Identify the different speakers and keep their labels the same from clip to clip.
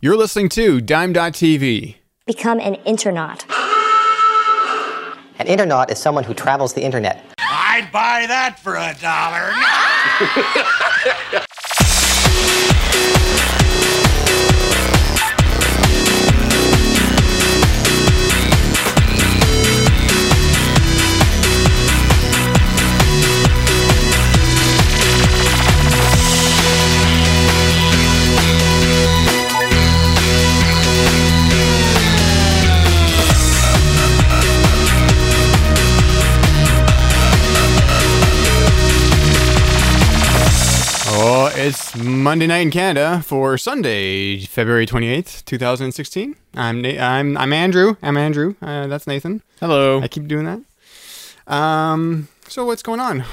Speaker 1: You're listening to Dime.TV.
Speaker 2: Become an internaut.
Speaker 3: An internaut is someone who travels the internet.
Speaker 4: I'd buy that for a dollar.
Speaker 1: Oh, it's Monday night in Canada for Sunday, February 28th, 2016. I'm Na- I'm I'm Andrew. I'm Andrew. Uh, that's Nathan.
Speaker 5: Hello.
Speaker 1: I keep doing that. Um, so what's going on?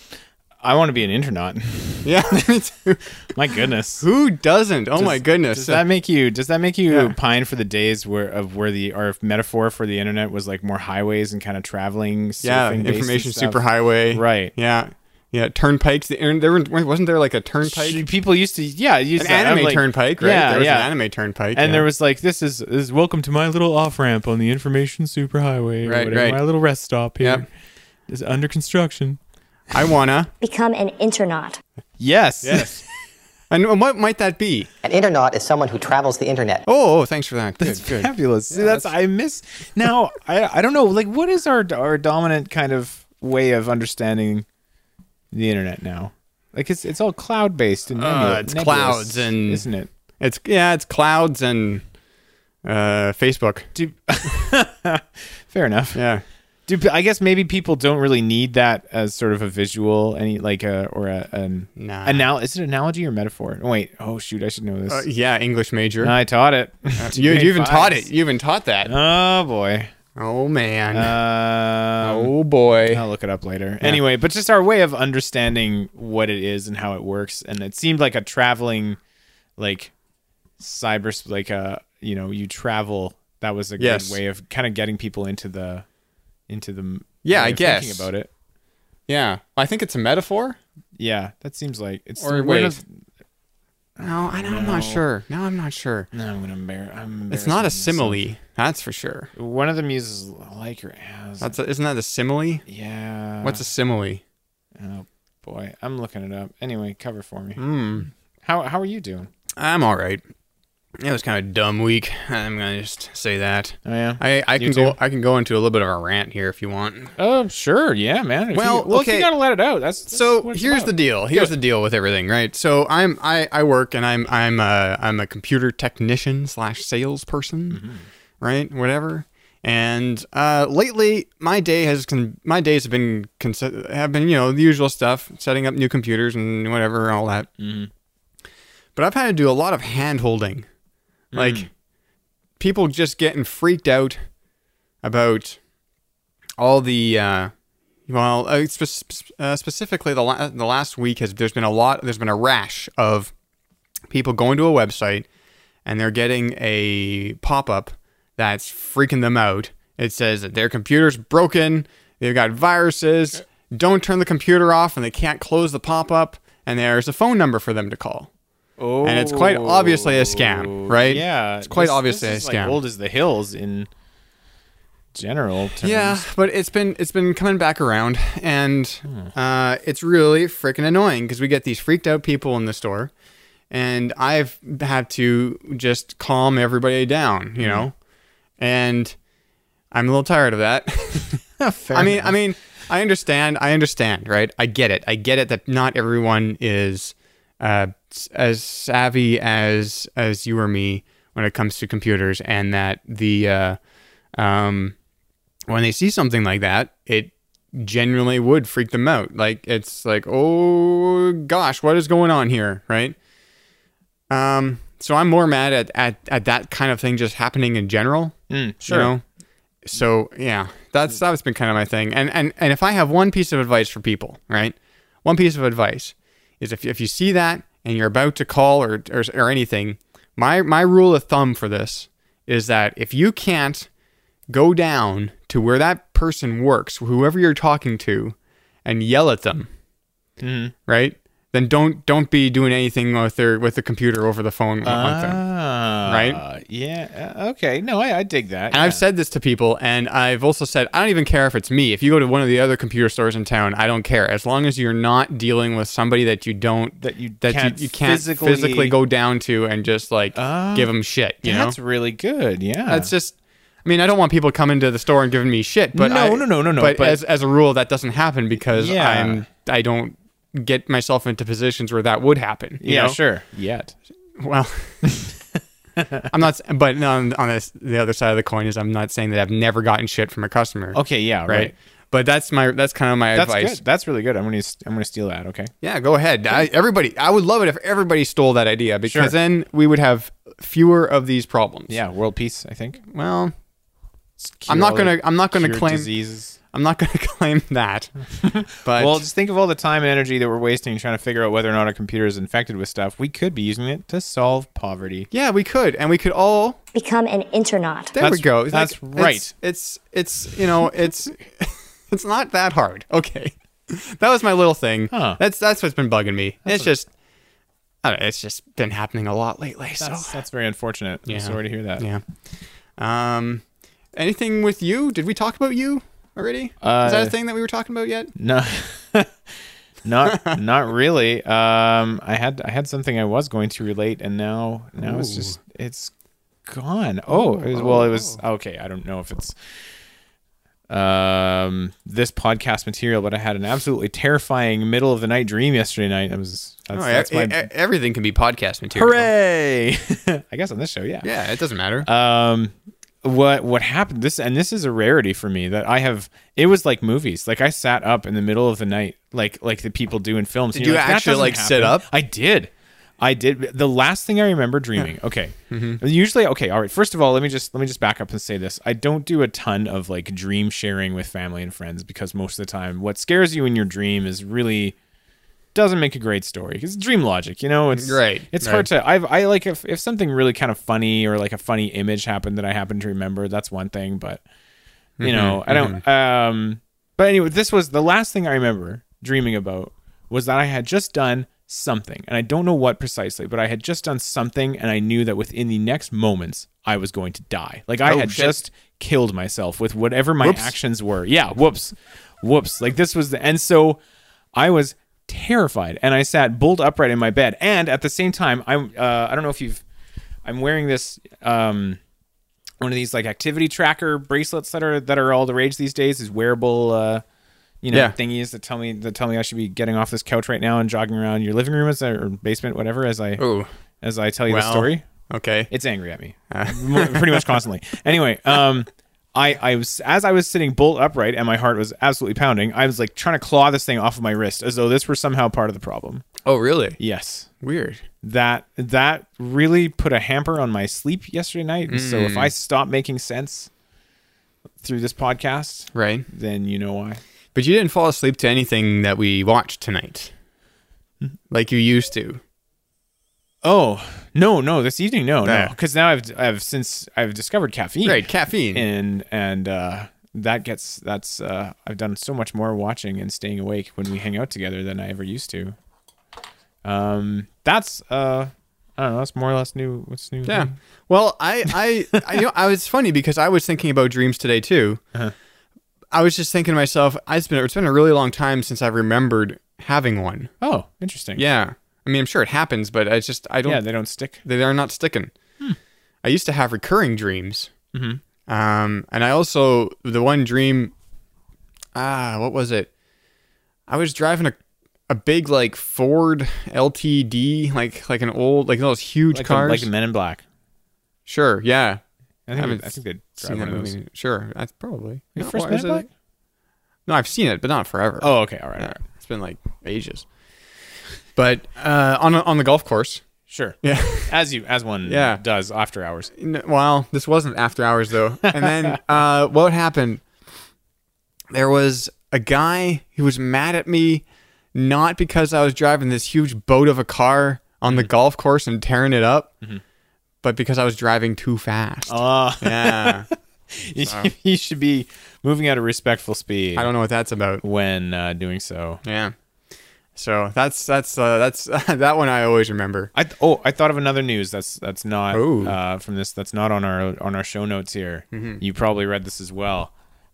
Speaker 5: I want to be an internaut.
Speaker 1: Yeah, me too.
Speaker 5: My goodness.
Speaker 1: Who doesn't? Oh my goodness.
Speaker 5: Does that make you? Does that make you
Speaker 1: Yeah.
Speaker 5: pine for the days where of where the our metaphor for the internet was like more highways and kind of traveling? Surfing
Speaker 1: yeah,
Speaker 5: based
Speaker 1: information
Speaker 5: and stuff?
Speaker 1: superhighway.
Speaker 5: Right.
Speaker 1: Yeah. Yeah, turnpikes. The- and There were- wasn't there like a turnpike,
Speaker 5: People used to yeah, used
Speaker 1: an
Speaker 5: to have,
Speaker 1: anime
Speaker 5: like-
Speaker 1: turnpike, right?
Speaker 5: Yeah,
Speaker 1: there was
Speaker 5: yeah.
Speaker 1: an anime turnpike,
Speaker 5: And
Speaker 1: yeah.
Speaker 5: there was like this is this is welcome to my little off ramp on the information superhighway, or
Speaker 1: Right,
Speaker 5: whatever,
Speaker 1: right.
Speaker 5: My little rest stop here is
Speaker 1: Yep.
Speaker 5: under construction.
Speaker 1: I wanna.
Speaker 2: Become an internaut.
Speaker 5: Yes,
Speaker 1: Yes. and what might that be?
Speaker 3: An internaut is someone who travels the internet.
Speaker 1: Oh, oh, thanks for that. Good, good.
Speaker 5: fabulous. See, that's, I miss now. I I don't know. Like, what is our our dominant kind of way of understanding the internet now? Like, it's it's all cloud based and
Speaker 1: Uh,
Speaker 5: nebu-
Speaker 1: it's
Speaker 5: nebulous,
Speaker 1: clouds and-
Speaker 5: isn't it?
Speaker 1: It's yeah, it's clouds and uh, Facebook.
Speaker 5: Do, fair enough.
Speaker 1: Yeah,
Speaker 5: Do I guess maybe people don't really need that as sort of a visual, any like a or a an
Speaker 1: Nah.
Speaker 5: anal- is it analogy or metaphor? Oh, wait, oh shoot, I should know this.
Speaker 1: uh, yeah. English major.
Speaker 5: I taught it.
Speaker 1: you, you even
Speaker 5: Fives.
Speaker 1: taught it. You even taught that.
Speaker 5: Oh boy. Uh,
Speaker 1: oh man.
Speaker 5: Um,
Speaker 1: oh boy.
Speaker 5: I'll look it up later. Anyway, but just our way of understanding what it is and how it works, and it seemed like a traveling, like cyber, like a you know you travel. That was a good
Speaker 1: Yes.
Speaker 5: way of kind of getting people into the into the
Speaker 1: Yeah,
Speaker 5: way
Speaker 1: I
Speaker 5: of thinking
Speaker 1: guess.
Speaker 5: about it.
Speaker 1: Yeah, I think it's a metaphor.
Speaker 5: Yeah, that seems like it's.
Speaker 1: Or
Speaker 5: we're
Speaker 1: wait.
Speaker 5: not-
Speaker 1: No, I, I'm not sure. No, I'm not sure.
Speaker 5: no, I'm gonna embar- I'm
Speaker 1: It's not a
Speaker 5: embarrassing myself.
Speaker 1: simile. That's for sure.
Speaker 5: One of them uses like or as.
Speaker 1: That's a, isn't that a simile?
Speaker 5: yeah.
Speaker 1: What's a simile?
Speaker 5: Oh boy, I'm looking it up. Anyway, cover for me.
Speaker 1: Hmm.
Speaker 5: How how are you doing?
Speaker 1: I'm all right. It was kind of a dumb week. I'm gonna just say that.
Speaker 5: Oh yeah.
Speaker 1: I, I
Speaker 5: You
Speaker 1: can go
Speaker 5: too?
Speaker 1: I can go into a little bit of a rant here if you want.
Speaker 5: Oh, sure. Yeah, man. If
Speaker 1: Well,
Speaker 5: you, well, if
Speaker 1: okay.
Speaker 5: you gotta let it out. That's, that's
Speaker 1: So
Speaker 5: what it's
Speaker 1: here's
Speaker 5: about.
Speaker 1: the deal. Here's the deal with everything, right? So I'm I, I work and I'm I'm a I'm a computer technician slash salesperson,
Speaker 5: Mm-hmm.
Speaker 1: right? Whatever. And uh, lately, my day has con- my days have been consi- have been you know the usual stuff, setting up new computers and whatever and all that.
Speaker 5: Mm-hmm.
Speaker 1: But I've had to do a lot of hand holding,
Speaker 5: Mm.
Speaker 1: like people just getting freaked out about all the uh, well, uh, spe- spe- uh, specifically the la- the last week has there's been a lot there's been a rash of people going to a website and they're getting a pop up that's freaking them out. It says that their computer's broken, they've got viruses, don't turn the computer off, and they can't close the pop up, and there's a phone number for them to call.
Speaker 5: Oh,
Speaker 1: and it's quite obviously a scam, right?
Speaker 5: Yeah,
Speaker 1: It's quite
Speaker 5: Oh, this-
Speaker 1: obviously
Speaker 5: this
Speaker 1: a
Speaker 5: is Like
Speaker 1: scam.
Speaker 5: old as the hills in general terms.
Speaker 1: Yeah, but it's been it's been coming back around, and uh, it's really freaking annoying because we get these freaked out people in the store, and I've had to just calm everybody down, you know, and I'm a little tired of that. I mean, I mean, I understand, I understand, right? I get it, I get it that not everyone is uh, s- as savvy as as you or me when it comes to computers, and that the uh, um, when they see something like that, it generally would freak them out. Like it's like, oh gosh, what is going on here, right? Um, so I'm more mad at at, at that kind of thing just happening in general.
Speaker 5: Mm, sure.
Speaker 1: You know? So yeah, that's that's been kind of my thing. And and and if I have one piece of advice for people, right? One piece of advice is if if you see that and you're about to call or or, or anything, my my rule of thumb for this is that if you can't go down to where that person works, whoever you're talking to, and yell at them, right? Then don't don't be doing anything with their with the computer over the phone with them.
Speaker 5: Ah,
Speaker 1: right?
Speaker 5: Uh, yeah. uh, Okay. No, I, I dig that.
Speaker 1: And
Speaker 5: yeah.
Speaker 1: I've said this to people, and I've also said, I don't even care if it's me. If you go to one of the other computer stores in town, I don't care. As long as you're not dealing with somebody that you don't
Speaker 5: That you
Speaker 1: that
Speaker 5: can't
Speaker 1: you, you can't
Speaker 5: physically- Ah.
Speaker 1: physically... go down to and just like give them shit. You
Speaker 5: that's
Speaker 1: know,
Speaker 5: really good. Yeah.
Speaker 1: that's just. I mean, I don't want people coming to the store and giving me shit, but
Speaker 5: No,
Speaker 1: I-
Speaker 5: no, no, no, no,
Speaker 1: But,
Speaker 5: but-
Speaker 1: as as a rule, that doesn't happen because
Speaker 5: Yeah.
Speaker 1: I'm I don't get myself into positions where that would happen. you
Speaker 5: yeah.
Speaker 1: know?
Speaker 5: Sure. Yet.
Speaker 1: Well, I'm not, s- but on, on this, the other side of the coin is I'm not saying that I've never gotten shit from a customer.
Speaker 5: Okay. Yeah. Right.
Speaker 1: right. But that's my that's kind of my
Speaker 5: That's
Speaker 1: advice.
Speaker 5: good. That's really good. I'm gonna s- I'm gonna steal that. Okay.
Speaker 1: Yeah, go ahead. I, everybody, I would love it if everybody stole that idea because
Speaker 5: Sure.
Speaker 1: then we would have fewer of these problems.
Speaker 5: Yeah. World peace. I think.
Speaker 1: Well,
Speaker 5: Cure
Speaker 1: not
Speaker 5: all the-
Speaker 1: gonna- I'm not gonna
Speaker 5: cure
Speaker 1: claim-
Speaker 5: diseases.
Speaker 1: I'm not going to claim that, but
Speaker 5: Well, just think of all the time and energy that we're wasting trying to figure out whether or not our computer is infected with stuff. We could be using it to solve poverty.
Speaker 1: yeah, we could, and we could all.
Speaker 2: Become an internaut.
Speaker 1: There
Speaker 5: That's-
Speaker 1: we go.
Speaker 5: that's
Speaker 1: it's-
Speaker 5: right.
Speaker 1: It's, it's you know it's it's not that hard. Okay, that was my little thing.
Speaker 5: Huh.
Speaker 1: That's that's what's been bugging me. it's just I don't know, it's just been happening a lot lately.
Speaker 5: That's,
Speaker 1: so
Speaker 5: that's very unfortunate. I'm sorry to hear that.
Speaker 1: yeah. Um, anything with you? Did we talk about you already? Is that
Speaker 5: Uh,
Speaker 1: a thing that we were talking about yet?
Speaker 5: No, not not really. Um, I had I had something I was going to relate, and now now it's just it's gone. Oh, it was, well, it was okay. I don't know if it's um this podcast material, but I had an absolutely terrifying middle of the night dream yesterday night. I was that's,
Speaker 1: Oh,
Speaker 5: that's
Speaker 1: e-
Speaker 5: my
Speaker 1: e- everything can be podcast material.
Speaker 5: hooray. I guess on this show, yeah.
Speaker 1: Yeah, it doesn't matter.
Speaker 5: um what what happened this and this is a rarity for me that i have it was like movies like i sat up in the middle of the night like like the people do in films And
Speaker 1: you
Speaker 5: you're "That
Speaker 1: actually,
Speaker 5: doesn't
Speaker 1: like, sit
Speaker 5: happen."
Speaker 1: up?
Speaker 5: i did i did the last thing i remember dreaming okay
Speaker 1: Mm-hmm.
Speaker 5: usually okay all right first of all let me just let me just back up and say this i don't do a ton of like dream sharing with family and friends because most of the time what scares you in your dream is really doesn't make a great story because dream logic you know it's
Speaker 1: Right,
Speaker 5: it's
Speaker 1: right.
Speaker 5: hard to i've i like if, if something really kind of funny or like a funny image happened that i happen to remember that's one thing but you
Speaker 1: Mm-hmm,
Speaker 5: know i don't um but anyway this was the last thing i remember dreaming about was that i had just done something and i don't know what precisely but i had just done something and i knew that within the next moments i was going to die like i
Speaker 1: Oh,
Speaker 5: had
Speaker 1: shit.
Speaker 5: just killed myself with whatever my
Speaker 1: Whoops.
Speaker 5: actions were. Yeah, whoops. Whoops. Like this was the and so I was terrified and I sat bolt upright in my bed and at the same time I am uh, I don't know if you've I'm wearing this um one of these like activity tracker bracelets that are that are all the rage these days is wearable uh you know
Speaker 1: Yeah.
Speaker 5: thingies that tell me that tell me I should be getting off this couch right now and jogging around your living room as I, or basement whatever as I
Speaker 1: Ooh.
Speaker 5: as I tell you the
Speaker 1: Oh, Well, Ah.
Speaker 5: story
Speaker 1: Okay.
Speaker 5: it's angry at me Mo- pretty much constantly anyway um I, I was as I was sitting bolt upright and my heart was absolutely pounding. I was like trying to claw this thing off of my wrist as though this were somehow part of the problem.
Speaker 1: oh, really?
Speaker 5: Yes,
Speaker 1: Weird.
Speaker 5: that that really put a hamper on my sleep yesterday night. And So if I
Speaker 1: Mm.
Speaker 5: stop making sense through this podcast,
Speaker 1: Right.
Speaker 5: then you know why.
Speaker 1: But you didn't fall asleep to anything that we watched tonight, like you used to.
Speaker 5: Oh no, no, this evening, no, no,
Speaker 1: Yeah.
Speaker 5: because now I've I've since I've discovered caffeine.
Speaker 1: Right, caffeine.
Speaker 5: and and uh, that gets that's uh, I've done so much more watching and staying awake when we hang out together than I ever used to. Um, that's uh, I don't know. That's more or less new. What's new?
Speaker 1: Yeah. Well, I, I, I, you know, I was funny because I was thinking about dreams today too.
Speaker 5: Uh-huh.
Speaker 1: I was just thinking to myself, I- it's been it's been a really long time since I remembered having one.
Speaker 5: Oh, interesting.
Speaker 1: Yeah. I mean, I'm sure it happens, but I just I don't.
Speaker 5: yeah. They don't stick.
Speaker 1: they are not sticking.
Speaker 5: Hmm.
Speaker 1: I used to have recurring dreams. Mm-hmm. Um, and I also the one dream, ah, what was it? I was driving a a big like Ford LTD, like like an old like those huge
Speaker 5: Like the,
Speaker 1: cars.
Speaker 5: like the Men in Black.
Speaker 1: sure, yeah.
Speaker 5: I think,
Speaker 1: haven't
Speaker 5: I think they drive
Speaker 1: Seen
Speaker 5: one
Speaker 1: that
Speaker 5: of those.
Speaker 1: movie. Sure, that's probably.
Speaker 5: The
Speaker 1: No,
Speaker 5: first
Speaker 1: why
Speaker 5: Men
Speaker 1: is
Speaker 5: in
Speaker 1: it-
Speaker 5: Black.
Speaker 1: No, I've seen it, but not forever.
Speaker 5: Oh, okay. All right. All
Speaker 1: yeah,
Speaker 5: right.
Speaker 1: it's been like ages. But uh, on on the golf course,
Speaker 5: Sure.
Speaker 1: yeah.
Speaker 5: As you as one
Speaker 1: Yeah.
Speaker 5: does after hours.
Speaker 1: N- well, this wasn't after hours though. And then uh, what happened? There was a guy who was mad at me, not because I was driving this huge boat of a car on
Speaker 5: Mm-hmm.
Speaker 1: the golf course and tearing it up, but because I was driving too fast.
Speaker 5: Uh,
Speaker 1: Yeah,
Speaker 5: you, you should be moving at a respectful speed
Speaker 1: I don't know what that's about.
Speaker 5: when uh, doing so.
Speaker 1: Yeah. So that's that's uh, that's that one I always remember.
Speaker 5: I th- oh, I thought of another news that's that's not
Speaker 1: Oh.
Speaker 5: uh, from this that's not on our on our show notes here.
Speaker 1: Mm-hmm.
Speaker 5: You probably read this as well.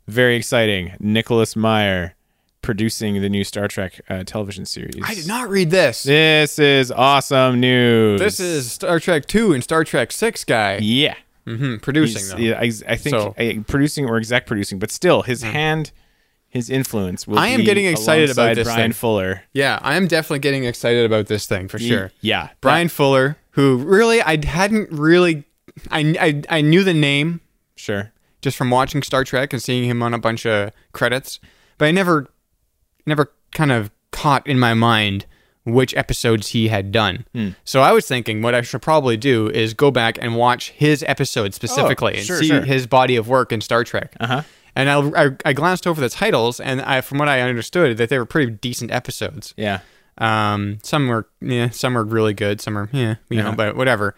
Speaker 5: Very exciting. Nicholas Meyer producing the new Star Trek uh, television series.
Speaker 1: I did not read this.
Speaker 5: This is awesome news.
Speaker 1: This is Star Trek Two and Star Trek Six guy
Speaker 5: yeah.
Speaker 1: Hmm, producing
Speaker 5: He's-
Speaker 1: them.
Speaker 5: yeah, I, I think
Speaker 1: So- Hmm.
Speaker 5: I- producing or exec producing, but still his hand, his influence. Will
Speaker 1: I am
Speaker 5: be
Speaker 1: getting excited about
Speaker 5: alongside
Speaker 1: this
Speaker 5: Brian
Speaker 1: thing.
Speaker 5: Fuller.
Speaker 1: Yeah, I am definitely getting excited about this thing for sure.
Speaker 5: yeah.
Speaker 1: Brian Fuller, who really I hadn't really, I, I I knew the name
Speaker 5: Sure.
Speaker 1: just from watching Star Trek and seeing him on a bunch of credits, but I never, never kind of caught in my mind which episodes he had done.
Speaker 5: Hmm.
Speaker 1: So I was thinking what I should probably do is go back and watch his episode specifically and
Speaker 5: Oh, sure,
Speaker 1: see
Speaker 5: sure.
Speaker 1: his body of work in Star Trek. Uh-huh. And I, I, I glanced over the titles, and I, from what I understood, that they were pretty decent episodes.
Speaker 5: Yeah.
Speaker 1: Um, some were yeah, some were really good, some were yeah, you know, but whatever.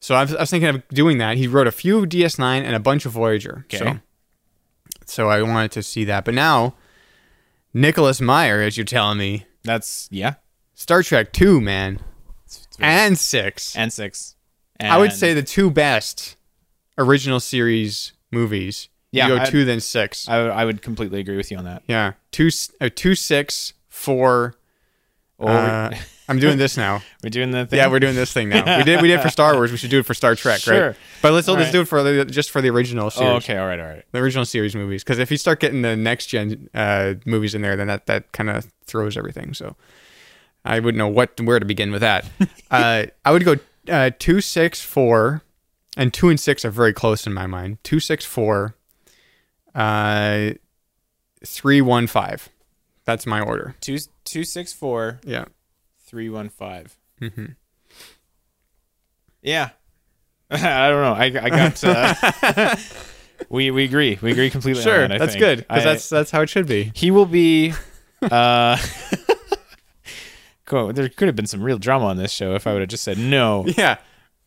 Speaker 1: So I was, I was thinking of doing that. He wrote a few DS9 and a bunch of Voyager. So,
Speaker 5: Okay.
Speaker 1: so I wanted to see that, but now Nicholas Meyer, as you're telling me,
Speaker 5: That's yeah.
Speaker 1: Star Trek two, man,
Speaker 5: It's very-
Speaker 1: and six.
Speaker 5: and six.
Speaker 1: I would
Speaker 5: And-
Speaker 1: say the two best original series movies.
Speaker 5: Yeah,
Speaker 1: you go
Speaker 5: I-
Speaker 1: two then six.
Speaker 5: I, I would completely agree with you on that.
Speaker 1: yeah, two s- uh, two six four.
Speaker 5: Or
Speaker 1: Uh, I'm doing this now.
Speaker 5: we're doing the thing.
Speaker 1: Yeah, we're doing this thing now. We did we did for Star Wars. We should do it for Star Trek, right?
Speaker 5: Sure.
Speaker 1: But let's let's
Speaker 5: right.
Speaker 1: do it for the, just for the original series,
Speaker 5: Oh, okay. All right. All right.
Speaker 1: the original series movies. Because if you start getting the next gen uh, movies in there, then that that kind of throws everything. So I wouldn't know what where to begin with that. uh, I would go uh, two six four, and two and six are very close in my mind. Two six four, uh, three one five. That's my order.
Speaker 5: Two two six four
Speaker 1: Yeah.
Speaker 5: three one five. Mm-hmm. Yeah. I don't know. I, I got. Uh, we we agree. We agree completely. on
Speaker 1: Sure,
Speaker 5: that, I
Speaker 1: that's
Speaker 5: think.
Speaker 1: good
Speaker 5: I-
Speaker 1: because that's that's how it should be.
Speaker 5: he will be. Uh, cool. There could have been some real drama on this show if I would have just said no.
Speaker 1: Yeah.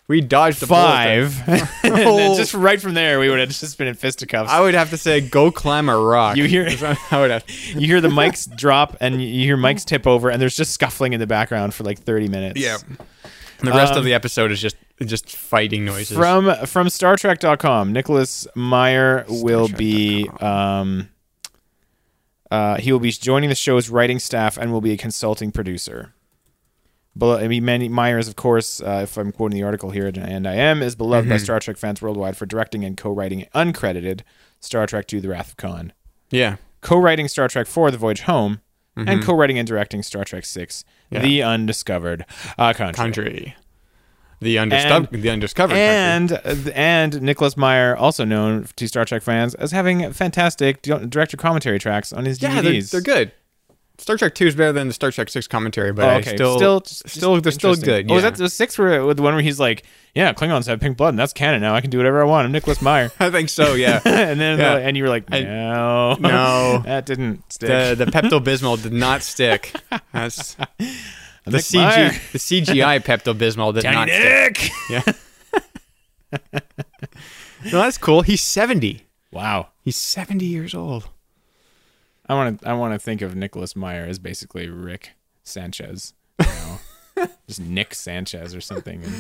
Speaker 1: We dodged the bullet there.
Speaker 5: Five. and then just right from there, we would have just been in fisticuffs.
Speaker 1: I would have to say, go climb a rock.
Speaker 5: You hear-
Speaker 1: That's what I would have.
Speaker 5: you hear the mics drop and you hear mics tip over and there's just scuffling in the background for like 30 minutes
Speaker 1: Yeah. The rest of the episode is just just fighting noises.
Speaker 5: Um, from from star trek.com nicholas meyer will be um uh, he will be joining the show's writing staff and will be a consulting producer. Bel- I mean, Manny Meyer is, of course, uh, if I'm quoting the article here, and- and I am, is beloved
Speaker 1: Mm-hmm.
Speaker 5: by Star Trek fans worldwide for directing and co-writing uncredited Star Trek II: The Wrath of Khan.
Speaker 1: yeah.
Speaker 5: co-writing Star Trek IV: The Voyage Home, and co-writing and directing Star Trek VI:
Speaker 1: Mm-hmm. Yeah.
Speaker 5: The Undiscovered uh, Country.
Speaker 1: Country. The, undisco-
Speaker 5: And-
Speaker 1: the undiscovered country.
Speaker 5: And uh, and Nicholas Meyer, also known to Star Trek fans as having fantastic di- director commentary tracks on his
Speaker 1: Yeah, they're,
Speaker 5: DVDs.
Speaker 1: they're good. Star Trek 2 is better than the Star Trek 6 commentary, but
Speaker 5: Oh,
Speaker 1: I
Speaker 5: okay,
Speaker 1: still,
Speaker 5: still, just-
Speaker 1: still,
Speaker 5: just
Speaker 1: they're still
Speaker 5: interesting.
Speaker 1: good.
Speaker 5: Oh,
Speaker 1: yeah.
Speaker 5: is that the six where with the one where he's like, "Yeah, Klingons have pink blood, and that's canon now. I can do whatever I want." I'm Nicholas Meyer,
Speaker 1: I think so, yeah.
Speaker 5: and then uh,
Speaker 1: Yeah.
Speaker 5: and you were like, "No,
Speaker 1: no.
Speaker 5: that didn't stick."
Speaker 1: the the Pepto Bismol did not stick. That's, the,
Speaker 5: Nick
Speaker 1: CG,
Speaker 5: Meyer.
Speaker 1: the CGI Pepto Bismol did not stick.
Speaker 5: Nick.
Speaker 1: No, that's cool. He's 70.
Speaker 5: Wow.
Speaker 1: He's 70 years old.
Speaker 5: I want to I want to think of Nicholas Meyer as basically Rick Sanchez, you know, just Nick Sanchez or something. And,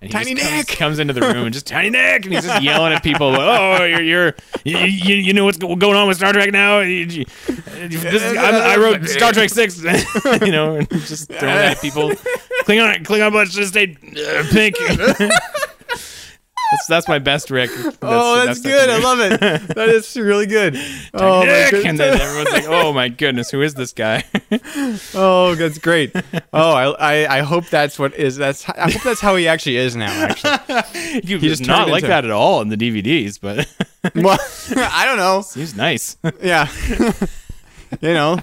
Speaker 5: and he
Speaker 1: Tiny
Speaker 5: just comes-
Speaker 1: Nick!
Speaker 5: comes, into the room and just tiny Nick, and he's just yelling at people. Oh, you're you're you, you you know what's go- going on with Star Trek now? You- you- this is- I'm- I wrote Star Trek Six, you know, and just throwing at people. Klingon Klingon blood should stay uh, pink. that's, that's my best Rick. That's,
Speaker 1: Oh, that's,
Speaker 5: the-
Speaker 1: good. I love it. That is really good. Oh, my
Speaker 5: Nick! and then
Speaker 1: goodness.
Speaker 5: everyone's like, "Oh my goodness, who is this guy?"
Speaker 1: oh, that's great. Oh, I, I, I hope that's what is. That's I hope that's how he actually is now. Actually,
Speaker 5: You
Speaker 1: just
Speaker 5: just not
Speaker 1: turned
Speaker 5: like
Speaker 1: into-
Speaker 5: that at all in the DVDs, but
Speaker 1: well, I don't know.
Speaker 5: he's nice.
Speaker 1: Yeah, you know,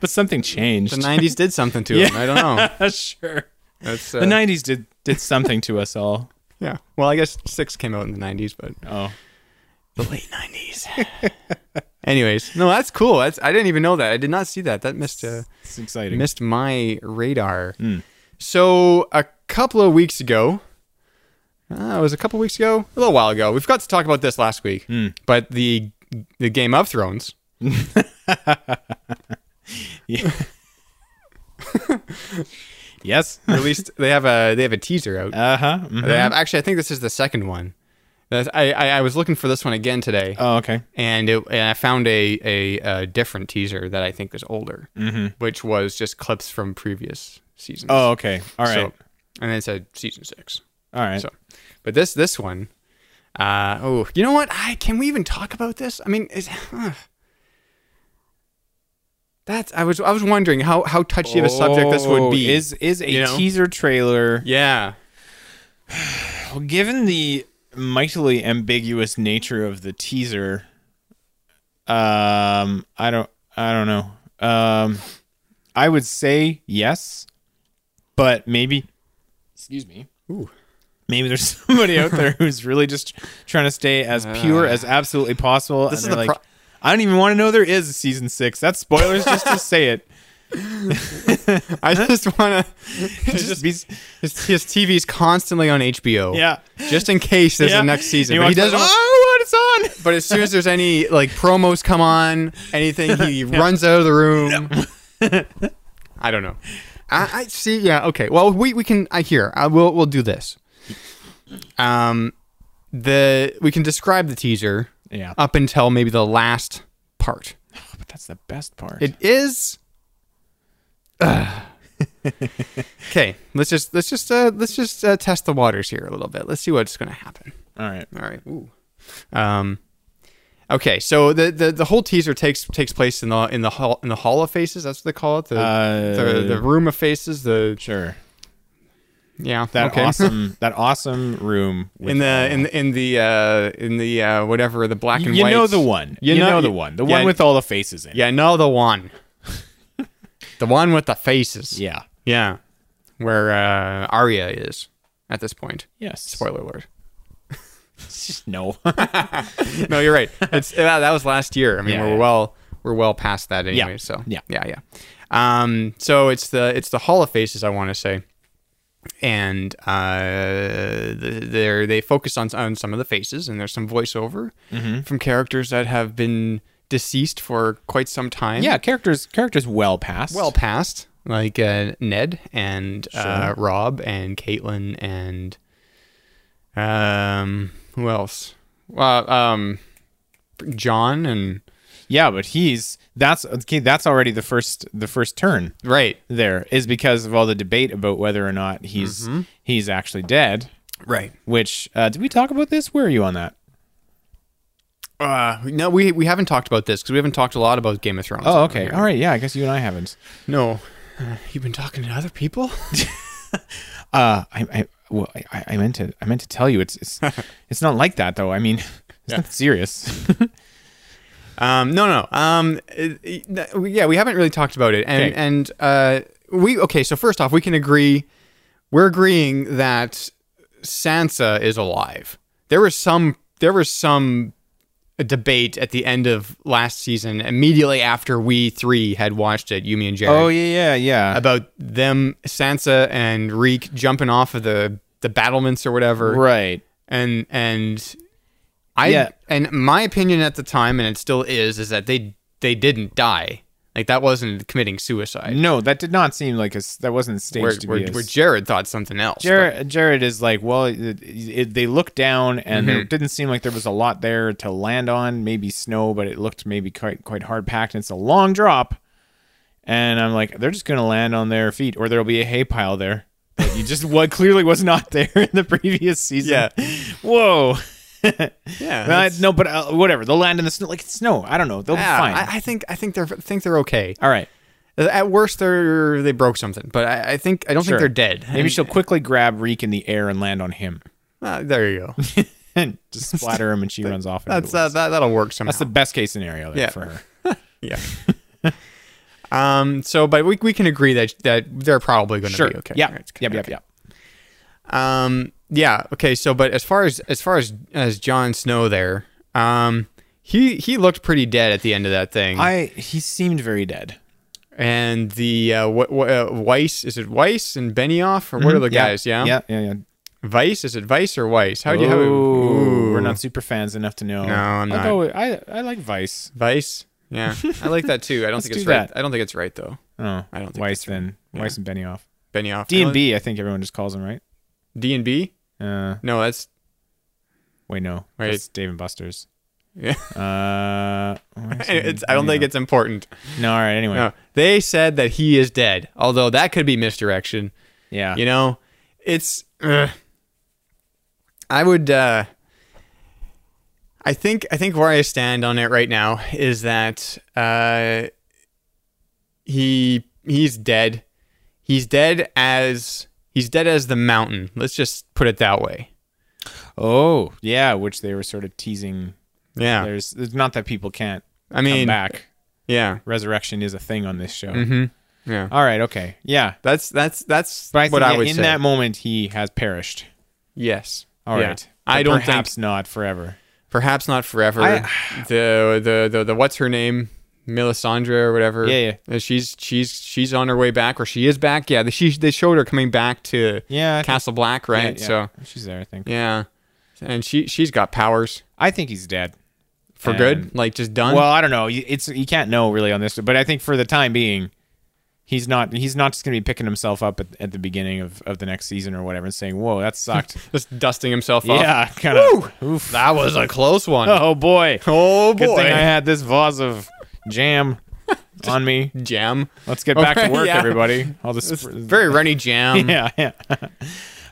Speaker 5: but something changed.
Speaker 1: the '90s did something to him. I don't know.
Speaker 5: sure.
Speaker 1: That's uh,
Speaker 5: The '90s did did something to us all.
Speaker 1: yeah. Well, I guess six came out in the '90s, but
Speaker 5: Oh,
Speaker 1: the late '90s. Anyways, no, that's cool. That's I didn't even know that. I did not see that. That missed. Uh,
Speaker 5: it's exciting.
Speaker 1: missed my radar.
Speaker 5: Hmm.
Speaker 1: So a couple of weeks ago, uh, it was a couple of weeks ago, a little while ago. We forgot to talk about this last week,
Speaker 5: Hmm.
Speaker 1: but the the Game of Thrones.
Speaker 5: Yes. Uh-huh,
Speaker 1: Or at least they have a they have a teaser out.
Speaker 5: Uh huh.
Speaker 1: They have actually. I think this is the second one. That's- I, I I was looking for this one again today,
Speaker 5: Oh, okay.
Speaker 1: and it and I found a, a a different teaser that I think is older, which was just clips from previous seasons.
Speaker 5: Mm-hmm. Oh, okay. All right.
Speaker 1: So, and it said season six.
Speaker 5: All right.
Speaker 1: So, but this this one, uh, oh, you know what? I can we even talk about this? I mean, is, that's I was I was wondering how how touchy of a subject this would be.
Speaker 5: Oh, Is is a
Speaker 1: you know?
Speaker 5: teaser trailer?
Speaker 1: yeah,
Speaker 5: Well, given the mightily ambiguous nature of the teaser, um, I don't, I don't know. Um, I would say yes, but maybe, excuse me.
Speaker 1: Ooh.
Speaker 5: Maybe there's somebody out there who's really just trying to stay as pure as absolutely possible. This
Speaker 1: is
Speaker 5: and they're
Speaker 1: the
Speaker 5: like,
Speaker 1: pro-
Speaker 5: I don't even want to know there is a season six. That's spoilers just to say it.
Speaker 1: I just want to
Speaker 5: Just be,
Speaker 1: his, his TV's constantly on HBO.
Speaker 5: yeah.
Speaker 1: Just in case there's
Speaker 5: Yeah.
Speaker 1: a next season,
Speaker 5: You
Speaker 1: but he
Speaker 5: watch that,
Speaker 1: doesn't.
Speaker 5: Oh, what it's on.
Speaker 1: But as soon as there's any like promos come on, anything, he runs out of the room. I don't know. I, I see. Yeah. Okay. Well, we, we can. I hear. I will. We'll do this. Um, the we can describe the teaser
Speaker 5: Yeah.
Speaker 1: up until maybe the last part.
Speaker 5: But that's the best part.
Speaker 1: It is. okay. Let's just let's just uh, let's just uh, test the waters here a little bit. Let's see what's going to happen.
Speaker 5: All right.
Speaker 1: All right. Ooh. Um. Okay, so the, the, the whole teaser takes takes place in the in the hall in the hall of faces. That's what they call it. The
Speaker 5: Uh,
Speaker 1: the, the room of faces. The
Speaker 5: Sure.
Speaker 1: yeah.
Speaker 5: That
Speaker 1: okay.
Speaker 5: awesome that awesome room with
Speaker 1: in the
Speaker 5: all-
Speaker 1: in the, in the uh, in the uh, whatever the black and
Speaker 5: You
Speaker 1: white.
Speaker 5: know the one. You, know, the one. The one with all the faces in. it.
Speaker 1: yeah. Know the one. the one with the faces.
Speaker 5: Yeah.
Speaker 1: Yeah. Where uh, Arya is at this point.
Speaker 5: Yes.
Speaker 1: Spoiler alert.
Speaker 5: No.
Speaker 1: No, you're right. It's yeah, that was last year. I mean,
Speaker 5: Yeah,
Speaker 1: we're
Speaker 5: yeah.
Speaker 1: well we're well past that anyway. So
Speaker 5: yeah.
Speaker 1: yeah, yeah. Um, so it's the it's the Hall of Faces, I want to say, and uh, they they focus on on some of the faces, and there's some voiceover
Speaker 5: Mm-hmm.
Speaker 1: from characters that have been deceased for quite some time.
Speaker 5: yeah, characters characters well past.
Speaker 1: well past, like uh, Ned and uh, Rob and Caitlin and um, who else? Well, um, John and
Speaker 5: Yeah, but he's that's okay, that's already the first the first turn
Speaker 1: right,
Speaker 5: there is because of all the debate about whether or not he's he's actually dead,
Speaker 1: right.
Speaker 5: which uh did we talk about this? Where are you on that?
Speaker 1: Uh, no, we we haven't talked about this because we haven't talked a lot about Game of Thrones.
Speaker 5: Oh, okay. All right. Yeah, I guess you and I haven't.
Speaker 1: No, uh, you've been talking to other people.
Speaker 5: Uh, I, I well, I, I meant to, I meant to tell you, it's, it's, it's not like that though. I mean, it's not serious.
Speaker 1: Um, no, no. Um, it- it- we- yeah, we haven't really talked about it, and
Speaker 5: Okay.
Speaker 1: and uh, we okay. So first off, we can agree. We're agreeing that Sansa is alive. There was some. There was some debate at the end of last season, immediately after we three had watched it, Yumi and Jared,
Speaker 5: oh yeah, yeah, yeah.
Speaker 1: about them, Sansa and Reek jumping off of the the battlements or whatever
Speaker 5: Right.
Speaker 1: and and I
Speaker 5: Yeah.
Speaker 1: and my opinion at the time, and it still is, is that they they didn't die. Like that wasn't committing suicide.
Speaker 5: No, that did not seem like a, s- that wasn't staged
Speaker 1: Where,
Speaker 5: Mm, to
Speaker 1: where,
Speaker 5: be a s-
Speaker 1: where Jared thought something else. but-
Speaker 5: Jared, Jared is like, well, it, it, they looked down and there
Speaker 1: Mm-hmm.
Speaker 5: didn't seem like there was a lot there to land on. Maybe snow, but it looked maybe quite quite hard packed. And it's a long drop, and I'm like, they're just gonna land on their feet, or there'll be a hay pile there that you just what clearly was not there in the previous season.
Speaker 1: Yeah.
Speaker 5: Whoa.
Speaker 1: yeah,
Speaker 5: Well, I-
Speaker 1: that's-
Speaker 5: no, but uh, whatever. They'll land in the snow. Like it's snow. I don't know. They'll
Speaker 1: yeah,
Speaker 5: be fine.
Speaker 1: I, I think I think they're think they're okay.
Speaker 5: All right.
Speaker 1: At worst, they're they broke something, but I, I think I don't
Speaker 5: Sure.
Speaker 1: think they're dead.
Speaker 5: Maybe
Speaker 1: And-
Speaker 5: she'll quickly grab Reek in the air and land on him,
Speaker 1: uh, there you go.
Speaker 5: and just splatter him, and she runs off. into
Speaker 1: That's
Speaker 5: the
Speaker 1: uh,
Speaker 5: woods.
Speaker 1: that that'll work somehow.
Speaker 5: that's the best case scenario there
Speaker 1: Yeah.
Speaker 5: for her.
Speaker 1: yeah. um. So, but we we can agree that that they're probably going to
Speaker 5: Sure.
Speaker 1: be okay.
Speaker 5: Yeah.
Speaker 1: All right,
Speaker 5: Yep.
Speaker 1: okay.
Speaker 5: Yep. Yep.
Speaker 1: Um. Yeah. Okay. So, but as far as as far as as Jon Snow there, um, he he looked pretty dead at the end of that thing.
Speaker 5: I. He seemed very dead.
Speaker 1: and the uh, what wh- uh, Weiss is it Weiss and Benioff or what are the guys? Yeah.
Speaker 5: Mm-hmm, Yeah. Yeah. Yeah.
Speaker 1: Weiss is it Weiss or Weiss? How do you have
Speaker 5: Ooh,
Speaker 1: it?
Speaker 5: Oh, We're not super fans enough to know.
Speaker 1: No, I'm
Speaker 5: I'll Go with, I. I like Vice.
Speaker 1: Vice. Yeah. I like that too. I don't think
Speaker 5: Let's
Speaker 1: it's
Speaker 5: do
Speaker 1: right.
Speaker 5: that.
Speaker 1: I don't think it's right though.
Speaker 5: Oh,
Speaker 1: I don't think
Speaker 5: Weiss
Speaker 1: that's right.
Speaker 5: then Weiss and Benioff.
Speaker 1: Benioff.
Speaker 5: D and B, I think everyone just calls them right.
Speaker 1: D and B.
Speaker 5: Uh,
Speaker 1: No, that's
Speaker 5: wait, no,
Speaker 1: Wait.
Speaker 5: it's Dave and Buster's.
Speaker 1: yeah.
Speaker 5: Uh, Weiss and
Speaker 1: it's, I don't think it's important.
Speaker 5: Benioff. no. All right, anyway,
Speaker 1: No, they said that he is dead. Although that could be misdirection.
Speaker 5: yeah,
Speaker 1: You know, it's. ugh. I would. Uh, I think. I think where I stand on it right now is that uh, he he's dead. He's dead as he's dead as the mountain. Let's just put it that way.
Speaker 5: oh yeah, which they were sort of teasing.
Speaker 1: Yeah.
Speaker 5: There's it's not that people can't
Speaker 1: I mean,
Speaker 5: come back.
Speaker 1: yeah,
Speaker 5: Resurrection is a thing on this show.
Speaker 1: Mm-hmm. yeah.
Speaker 5: All right, okay, yeah.
Speaker 1: That's that's that's
Speaker 5: But I think
Speaker 1: what I
Speaker 5: that
Speaker 1: would
Speaker 5: in
Speaker 1: say.
Speaker 5: that moment he has perished.
Speaker 1: yes.
Speaker 5: All right,
Speaker 1: Yeah. I
Speaker 5: But
Speaker 1: don't think
Speaker 5: perhaps not forever.
Speaker 1: perhaps not forever.
Speaker 5: I-
Speaker 1: the, the the the what's her name, Melisandre or whatever.
Speaker 5: Yeah,
Speaker 1: Uh, She's she's she's on her way back, or she is back. Yeah, the, she they showed her coming back to
Speaker 5: Yeah, I think-
Speaker 1: Castle Black, right?
Speaker 5: Yeah, yeah.
Speaker 1: So
Speaker 5: she's there, I think.
Speaker 1: yeah, and she she's got powers
Speaker 5: I think he's dead.
Speaker 1: for
Speaker 5: And-
Speaker 1: good, like just done.
Speaker 5: Well, I don't know. You- It's you can't know really on this, but I think for the time being, he's not. He's not just going to be picking himself up at, at the beginning of, of the next season or whatever and saying, "Whoa, that sucked."
Speaker 1: just dusting himself off.
Speaker 5: yeah, kind of. Oof.
Speaker 1: That was a close one.
Speaker 5: Oh boy.
Speaker 1: Oh,
Speaker 5: Good
Speaker 1: boy.
Speaker 5: thing I had this vase of jam on me.
Speaker 1: Jam.
Speaker 5: Let's get back to
Speaker 1: Okay,
Speaker 5: work,
Speaker 1: yeah.
Speaker 5: everybody. All this
Speaker 1: Very runny jam.
Speaker 5: yeah, yeah.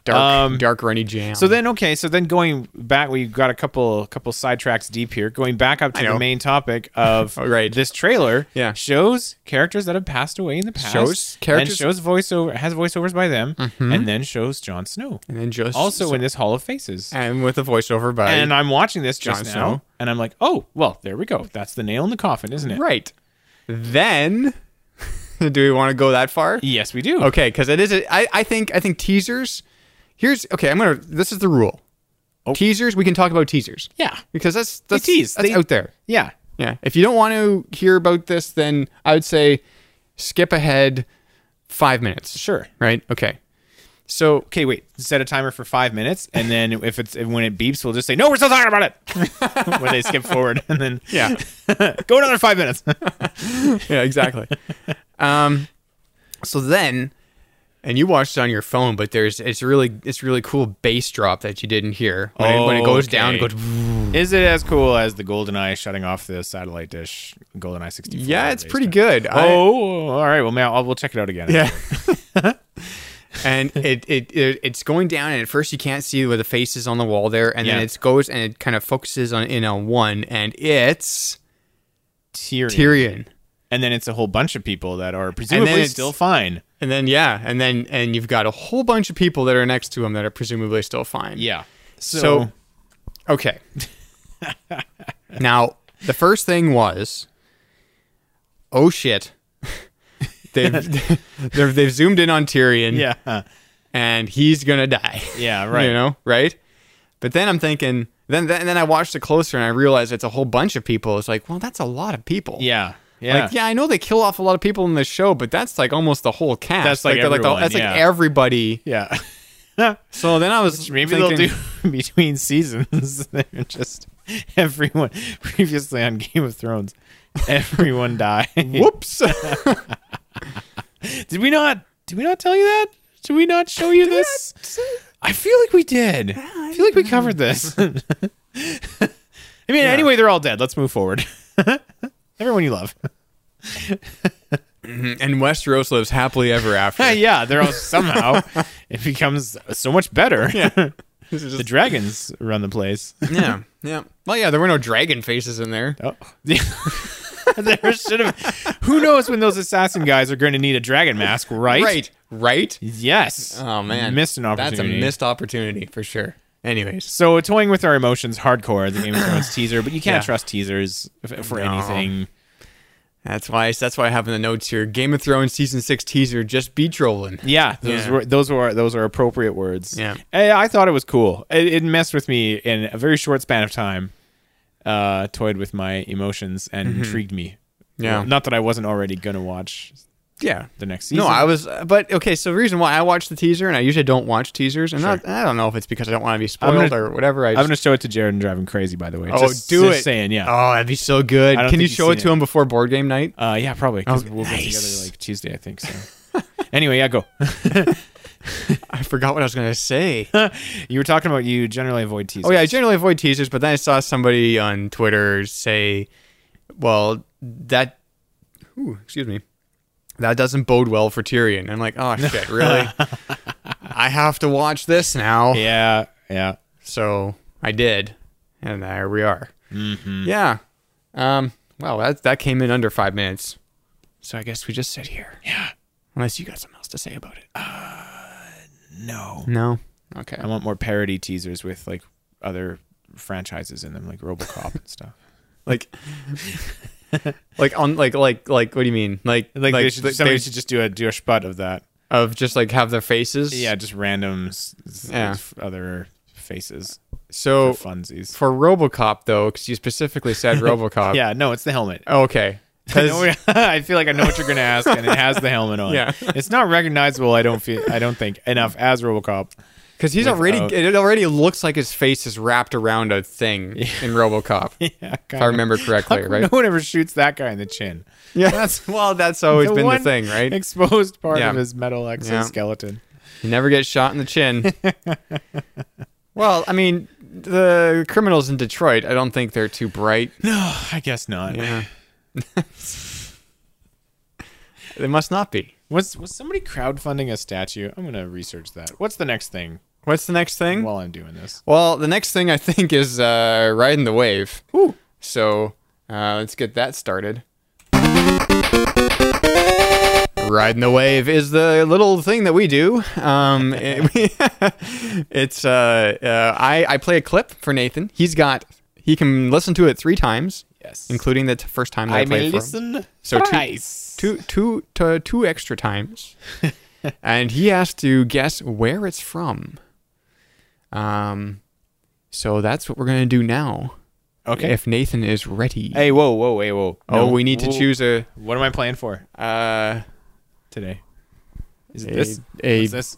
Speaker 1: Dark
Speaker 5: Um,
Speaker 1: dark runny jam.
Speaker 5: So then, okay, so then going back, we've got a couple couple sidetracks deep here. Going back up
Speaker 1: I
Speaker 5: to
Speaker 1: know.
Speaker 5: the main topic of
Speaker 1: Oh, right.
Speaker 5: this trailer,
Speaker 1: Yeah.
Speaker 5: shows characters that have passed away in the past,
Speaker 1: Shows characters- Mm-hmm.
Speaker 5: and shows voiceover has voiceovers by them, and then shows Jon Snow,
Speaker 1: and then just
Speaker 5: also in this Hall of Faces.
Speaker 1: and with a voiceover by
Speaker 5: And I'm watching this
Speaker 1: Jon
Speaker 5: just now,
Speaker 1: Snow.
Speaker 5: and I'm like, oh, well, there we go. That's the nail in the coffin, isn't it?
Speaker 1: right. Then do we want to go that far?
Speaker 5: Yes, we do.
Speaker 1: Okay, because it is. A, I, I think I think teasers. Here's okay. I'm gonna. This is the rule. Teasers. We can talk about teasers
Speaker 5: Oh. Yeah.
Speaker 1: because that's that's,
Speaker 5: tease.
Speaker 1: that's
Speaker 5: They-
Speaker 1: out there.
Speaker 5: Yeah.
Speaker 1: Yeah. If you don't want to hear about this, then I would say skip ahead five minutes.
Speaker 5: Sure.
Speaker 1: Right. Okay. So
Speaker 5: Okay, wait. Set a timer for five minutes, and then if it's when it beeps, we'll just say no. We're still talking about it. when they skip forward, and then
Speaker 1: yeah.
Speaker 5: go another five minutes.
Speaker 1: yeah. Exactly. um. So then. And you watched it on your phone, but there's it's really it's really cool bass drop that you didn't hear when, it, when it goes down. It
Speaker 5: Okay.
Speaker 1: goes,
Speaker 5: Is it as cool as the GoldenEye shutting off the satellite dish? GoldenEye 64.
Speaker 1: yeah, it's
Speaker 5: based
Speaker 1: pretty
Speaker 5: on-
Speaker 1: good. I-
Speaker 5: Oh, all right. Well, man, I'll, we'll check it out again.
Speaker 1: Yeah. and it, it, it it's going down, and at first you can't see where the face is on the wall there, and then
Speaker 5: Yeah.
Speaker 1: it goes and it kind of focuses on in on one, and it's
Speaker 5: Tyrion.
Speaker 1: Tyrion.
Speaker 5: And then it's a whole bunch of people that are presumably
Speaker 1: it's-
Speaker 5: still fine.
Speaker 1: And then yeah, and then and you've got a whole bunch of people that are next to him that are presumably still fine.
Speaker 5: Yeah. So,
Speaker 1: So, okay. now the first thing was, oh shit, they've they've, they've zoomed in on Tyrion.
Speaker 5: yeah,
Speaker 1: and he's gonna die.
Speaker 5: Yeah, right.
Speaker 1: you know, right? But then I'm thinking, then then, then I watched it closer and I realized it's a whole bunch of people. It's like, well, that's a lot of people.
Speaker 5: yeah, yeah.
Speaker 1: Like, yeah, I know they kill off a lot of people in this show, but that's like almost the whole cast.
Speaker 5: That's like
Speaker 1: they're the-
Speaker 5: everyone,
Speaker 1: that's
Speaker 5: yeah.
Speaker 1: like everybody.
Speaker 5: yeah.
Speaker 1: So then I was
Speaker 5: Maybe
Speaker 1: thinking-
Speaker 5: they'll do between seasons. They're just everyone previously on Game of Thrones, everyone died.
Speaker 1: Whoops!
Speaker 5: Did we not? Did we not tell you that? Did we not show you this? I feel like we did. I feel like we covered this. I mean, anyway, they're all dead. Let's move forward. Everyone you love.
Speaker 1: and Westeros lives happily ever after.
Speaker 5: yeah, they're all somehow. it becomes so much better.
Speaker 1: This is
Speaker 5: the
Speaker 1: just-
Speaker 5: dragons run the place.
Speaker 1: yeah, yeah. Well, yeah, there were no dragon faces in there.
Speaker 5: Oh. there should have. Who knows when those assassin guys are going to need a dragon mask, right?
Speaker 1: right, right.
Speaker 5: Yes.
Speaker 1: Oh man,
Speaker 5: missed an opportunity.
Speaker 1: That's a missed opportunity for sure. Anyways,
Speaker 5: So toying with our emotions hardcore, the Game of Thrones teaser, but you can't
Speaker 1: Yeah.
Speaker 5: trust teasers f- for
Speaker 1: No.
Speaker 5: anything.
Speaker 1: That's why that's why I have in the notes here. Game of Thrones season six teaser, just be trolling.
Speaker 5: Yeah, those
Speaker 1: Yeah.
Speaker 5: were those were those are appropriate words.
Speaker 1: Yeah.
Speaker 5: Eh, I, thought it was cool. It, it messed with me in a very short span of time. Uh, toyed with my emotions and intrigued me.
Speaker 1: Mm-hmm. Yeah.
Speaker 5: not that I wasn't already gonna watch
Speaker 1: Yeah.
Speaker 5: the next season.
Speaker 1: No, I was, uh, but okay. So the reason why I watched the teaser, and I usually don't watch teasers, and not, I don't know if it's because I don't want to be spoiled or whatever. I
Speaker 5: I'm
Speaker 1: just,
Speaker 5: gonna show it to Jared and drive him crazy. By the way,
Speaker 1: oh,
Speaker 5: Just-
Speaker 1: do
Speaker 5: just
Speaker 1: it.
Speaker 5: Saying yeah,
Speaker 1: Oh, that'd be so good.
Speaker 5: I don't
Speaker 1: Can
Speaker 5: think
Speaker 1: you
Speaker 5: he's
Speaker 1: show it
Speaker 5: seen
Speaker 1: to
Speaker 5: it.
Speaker 1: him before board game night?
Speaker 5: uh, yeah, probably 'cause
Speaker 1: Oh,
Speaker 5: we'll get
Speaker 1: nice.
Speaker 5: together like Tuesday, I think. So anyway, yeah, go.
Speaker 1: I forgot what I was gonna say.
Speaker 5: you were talking about you generally avoid teasers.
Speaker 1: Oh yeah, I generally avoid teasers, but then I saw somebody on Twitter say, "Well, that, ooh, excuse me, that doesn't bode well for Tyrion." I'm like, "Oh shit, really? I have to watch this now."
Speaker 5: yeah, yeah.
Speaker 1: So I did, and there we are. Yeah. Um. Well, that that came in under five minutes, so I guess we just sit here. Yeah. Unless you got something else to say about it.
Speaker 5: No,
Speaker 1: no. Okay.
Speaker 5: I want more parody teasers with like other franchises in them, like RoboCop and stuff.
Speaker 1: like like on like like like what do you mean like
Speaker 5: Like, they should,
Speaker 1: they-
Speaker 5: somebody
Speaker 1: they-
Speaker 5: should just do a do a spot of that.
Speaker 1: of just like have their faces
Speaker 5: Yeah, just random s- s-
Speaker 1: Yeah. Oh.
Speaker 5: other faces
Speaker 1: so
Speaker 5: for funsies.
Speaker 1: for robocop though because you specifically said robocop Oh,
Speaker 5: Yeah, no, it's the helmet.
Speaker 1: okay 'Cause-
Speaker 5: I feel like I know what you're gonna ask, and it has the helmet on.
Speaker 1: Yeah.
Speaker 5: it's not recognizable. I don't feel. I don't think enough as RoboCop.
Speaker 1: Because he's
Speaker 5: Without-
Speaker 1: already, it already looks like his face is wrapped around a thing in RoboCop, if I remember correctly, right?
Speaker 5: No one ever shoots that guy in the chin.
Speaker 1: yeah, that's well, that's always been the
Speaker 5: one
Speaker 1: thing, right?
Speaker 5: Exposed part
Speaker 1: Yeah.
Speaker 5: of his metal exoskeleton.
Speaker 1: You never get shot in the chin. well, I mean, the criminals in Detroit, I don't think they're too bright.
Speaker 5: No, I guess not.
Speaker 1: Yeah. they Uh-huh. must not be.
Speaker 5: Was was somebody crowdfunding a statue? I'm gonna research that. What's the next thing
Speaker 1: What's the next thing? Well,
Speaker 5: while I'm doing this?
Speaker 1: the next thing I think is uh, riding the wave. So uh, let's get that started. Riding the wave is the little thing that we do. Um, it- it's uh, uh, I I play a clip for Nathan. He's got he can listen to it three times,
Speaker 5: Yes.
Speaker 1: including the t- first time that I,
Speaker 5: I
Speaker 1: played
Speaker 5: may
Speaker 1: for him.
Speaker 5: listen
Speaker 1: So two-
Speaker 5: twice.
Speaker 1: Two two t- two extra times, and he has to guess where it's from. Um, so that's what we're gonna do now.
Speaker 5: Okay.
Speaker 1: If Nathan is ready.
Speaker 5: hey, whoa, whoa, hey, whoa.
Speaker 1: Oh,
Speaker 5: No,
Speaker 1: we need to
Speaker 5: whoa.
Speaker 1: choose a
Speaker 5: What am I playing for
Speaker 1: uh
Speaker 5: today? Is it
Speaker 1: a,
Speaker 5: this?
Speaker 1: a-
Speaker 5: Is this?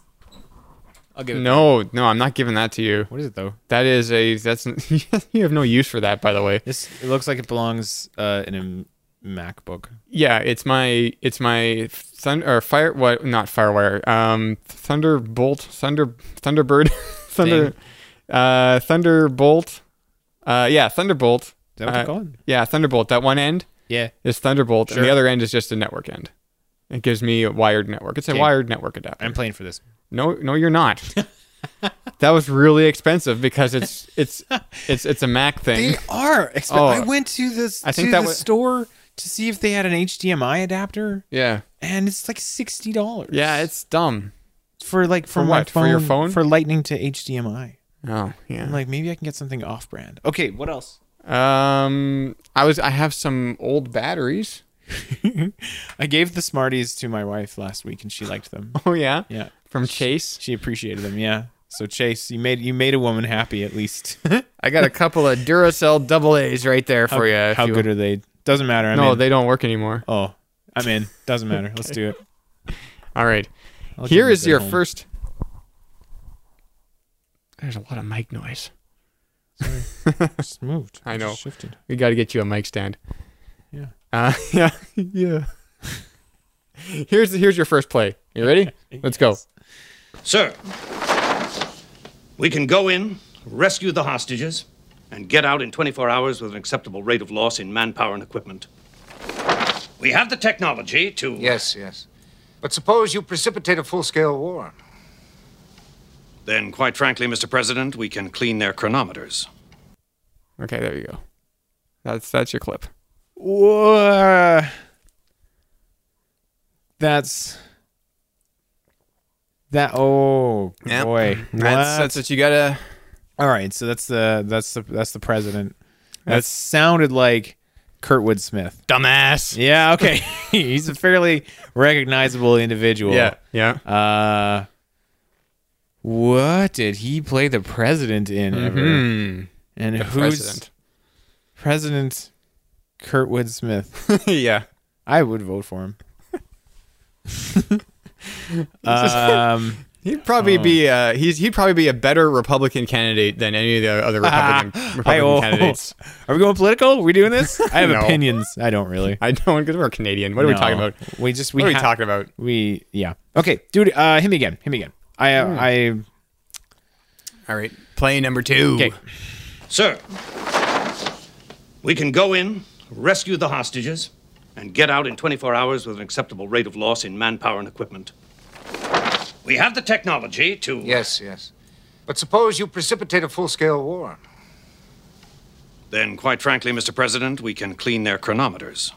Speaker 5: I'll give it.
Speaker 1: no no I'm not giving that to you.
Speaker 5: What is it though?
Speaker 1: That is a that's you have no use for that by the way.
Speaker 5: This it looks like it belongs uh, in a m- MacBook.
Speaker 1: Yeah, it's my it's my thunder or fire what not firewire um thunderbolt thunder thunderbird thunder uh thunderbolt uh yeah thunderbolt is
Speaker 5: that what they're called?
Speaker 1: yeah thunderbolt that one end
Speaker 5: Uh, Yeah.
Speaker 1: is thunderbolt and the
Speaker 5: Sure.
Speaker 1: other end is just a network end it gives me a wired network it's a
Speaker 5: Okay.
Speaker 1: wired network adapter
Speaker 5: I'm playing for this.
Speaker 1: No, no, you're not. that was really expensive because it's it's it's it's a Mac thing.
Speaker 5: are. Exp-
Speaker 1: Oh.
Speaker 5: went to this
Speaker 1: I think that was-
Speaker 5: store to see if they had an HDMI adapter,
Speaker 1: Yeah,
Speaker 5: and it's like sixty dollars.
Speaker 1: yeah, it's dumb.
Speaker 5: for like for,
Speaker 1: For
Speaker 5: my
Speaker 1: what? For your phone?
Speaker 5: for Lightning to HDMI.
Speaker 1: Oh
Speaker 5: I'm
Speaker 1: yeah.
Speaker 5: like maybe I can get something off brand. Okay, what else?
Speaker 1: Um, I was I have some old batteries.
Speaker 5: I gave the Smarties to my wife last week, and she liked them.
Speaker 1: Oh yeah,
Speaker 5: Yeah,
Speaker 1: from Chase.
Speaker 5: she appreciated them. Yeah. So Chase, you made you made a woman happy at least.
Speaker 1: I got a couple of Duracell double A's right there for you.
Speaker 5: How good are they? Doesn't matter. I'm
Speaker 1: no,
Speaker 5: in.
Speaker 1: they don't work anymore.
Speaker 5: Oh, I'm in. Doesn't matter. Let's do it.
Speaker 1: All right,
Speaker 5: I'll give
Speaker 1: here
Speaker 5: it
Speaker 1: is
Speaker 5: to
Speaker 1: your
Speaker 5: home.
Speaker 1: first. There's a lot of mic noise.
Speaker 5: Just moved.
Speaker 1: I
Speaker 5: Just
Speaker 1: know.
Speaker 5: Shifted.
Speaker 1: We got to get you a mic stand.
Speaker 5: Yeah.
Speaker 1: Uh, yeah. Yeah. Here's here's your first play. You ready? Let's go.
Speaker 6: Sir, we can go in, rescue the hostages, and get out in 24 hours with an acceptable rate of loss in manpower and equipment. We have the technology to.
Speaker 7: Yes, yes. But suppose you precipitate a full scale war.
Speaker 6: Then, quite frankly, Mr. President, we can clean their chronometers.
Speaker 1: Okay, there you go. That's that's your clip.
Speaker 5: Wha- That's that. Oh boy,
Speaker 1: That's
Speaker 5: What?
Speaker 1: that's what you gotta.
Speaker 5: All right, so that's the that's the that's the president. That sounded like Kurtwood Smith.
Speaker 1: Dumbass. Yeah.
Speaker 5: Yeah, okay. He's a fairly recognizable individual.
Speaker 1: Yeah. Yeah.
Speaker 5: Uh, what did he play the president in ever? And who's
Speaker 1: Mm-hmm. President.
Speaker 5: President Kurtwood Smith?
Speaker 1: yeah.
Speaker 5: I would vote for him. Um,
Speaker 1: He'd probably be uh, he's he'd probably be a better Republican candidate than any of the other Republican, Republican
Speaker 5: oh.
Speaker 1: candidates.
Speaker 5: Are we going political? Are we doing this? I have
Speaker 1: No.
Speaker 5: opinions. I don't really.
Speaker 1: I don't because we're Canadian. What are we
Speaker 5: No.
Speaker 1: talking about?
Speaker 5: We just we
Speaker 1: What are we
Speaker 5: ha-
Speaker 1: talking about?
Speaker 5: We yeah. Okay, dude. Uh, him again. Him again. I uh,
Speaker 1: Hmm.
Speaker 5: I
Speaker 1: All right, play number two.
Speaker 5: okay.
Speaker 6: Sir, we can go in, rescue the hostages, and get out in 24 hours with an acceptable rate of loss in manpower and equipment. We have the technology to.
Speaker 7: Yes, yes. But suppose you precipitate a full scale war.
Speaker 6: Then, quite frankly, Mr. President, we can clean their chronometers.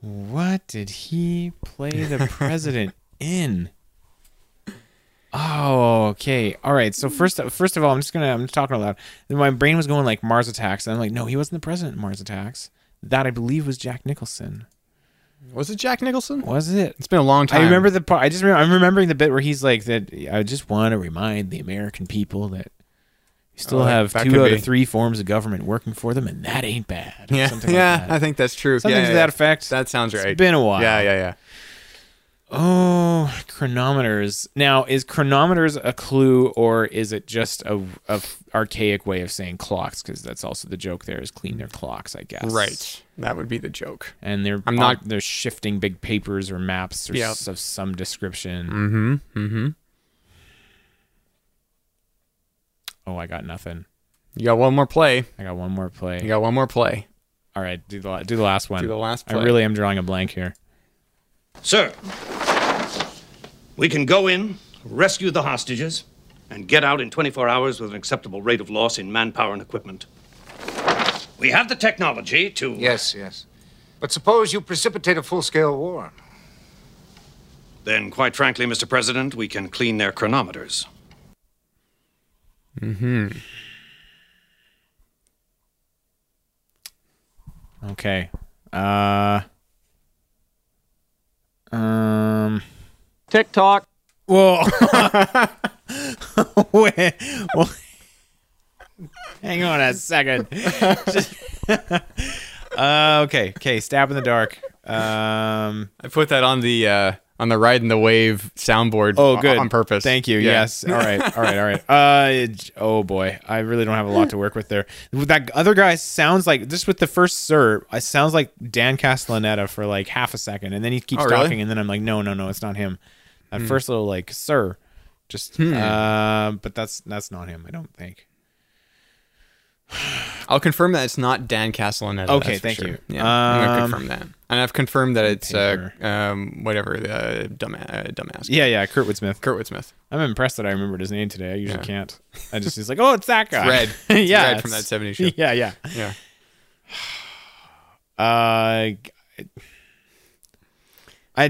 Speaker 5: What did he play the president in? Oh, okay. All right. So first, first of all, I'm just gonna I'm talking aloud. My brain was going like Mars Attacks, and I'm like, no, he wasn't the president in Mars Attacks. That I believe was Jack Nicholson.
Speaker 1: Was it Jack Nicholson?
Speaker 5: Was it?
Speaker 1: It's been a long time.
Speaker 5: I remember the part. I just remember. I'm remembering the bit where he's like that. I just want to remind the American people that you still
Speaker 1: Oh, that-
Speaker 5: have
Speaker 1: that
Speaker 5: two
Speaker 1: could
Speaker 5: out
Speaker 1: be.
Speaker 5: of three forms of government working for them, and that ain't bad. or
Speaker 1: Yeah,
Speaker 5: something like
Speaker 1: yeah,
Speaker 5: that.
Speaker 1: I think that's true.
Speaker 5: Something
Speaker 1: yeah,
Speaker 5: to
Speaker 1: yeah,
Speaker 5: that
Speaker 1: yeah.
Speaker 5: effect.
Speaker 1: That sounds right.
Speaker 5: It's been a while.
Speaker 1: Yeah, yeah, yeah.
Speaker 5: Oh, chronometers. Now, is chronometers a clue, or is it just a, a archaic way of saying clocks? Because that's also the joke. There is clean their clocks, I guess.
Speaker 1: Right. That would be the joke.
Speaker 5: And they're
Speaker 1: I'm not-
Speaker 5: they're shifting big papers or maps or
Speaker 1: Yep.
Speaker 5: s- of some description. Mm-hmm. Mm-hmm. Oh, I got nothing.
Speaker 1: You got one more play.
Speaker 5: I got one more play.
Speaker 1: You got one more play.
Speaker 5: All right, do the la- do the last one.
Speaker 1: Do the last
Speaker 5: I
Speaker 1: play.
Speaker 5: really am drawing a blank here.
Speaker 6: Sir, we can go in, rescue the hostages, and get out in 24 hours with an acceptable rate of loss in manpower and equipment. We have the technology to.
Speaker 7: Yes, yes. But suppose you precipitate a full scale war.
Speaker 6: Then, quite frankly, Mr. President, we can clean their chronometers.
Speaker 5: Okay. Uh. Um.
Speaker 8: TikTok.
Speaker 5: Well, wait, well, hang on a second. Just- uh, okay, okay, stab in the dark. Um,
Speaker 1: I put that on the uh, on the ride in the wave soundboard.
Speaker 5: oh,
Speaker 1: o-
Speaker 5: good.
Speaker 1: on purpose.
Speaker 5: Thank you.
Speaker 1: Yeah.
Speaker 5: Yes. All right. All right. All right. Uh, j- oh boy, I really don't have a lot to work with there. With That other guy sounds like just with the first sir, it sounds like Dan Castellaneta for like half a second, and then he keeps
Speaker 1: Oh, really? Hmm.
Speaker 5: talking, and then I'm like, no, no, no, it's not him. That first little like sir, just uh, but that's that's not him. I don't think.
Speaker 1: I'll confirm that it's not Dan Castellaneta. that's
Speaker 5: Okay,
Speaker 1: for
Speaker 5: thank
Speaker 1: sure.
Speaker 5: you.
Speaker 1: Yeah, I'm gonna
Speaker 5: Um,
Speaker 1: confirm that, and I've confirmed that it's uh,
Speaker 5: Paper.
Speaker 1: um, whatever the uh, dumbass, uh, dumbass.
Speaker 5: Yeah, yeah, Kurtwood Smith.
Speaker 1: Kurtwood Smith.
Speaker 5: I'm impressed that I remembered his name today. I usually can't. I just he's like, oh, it's that guy.
Speaker 1: Red. It's
Speaker 5: yeah,
Speaker 1: Red from
Speaker 5: it's-
Speaker 1: that 70s show.
Speaker 5: Yeah, yeah.
Speaker 1: Yeah.
Speaker 5: Uh, I, I,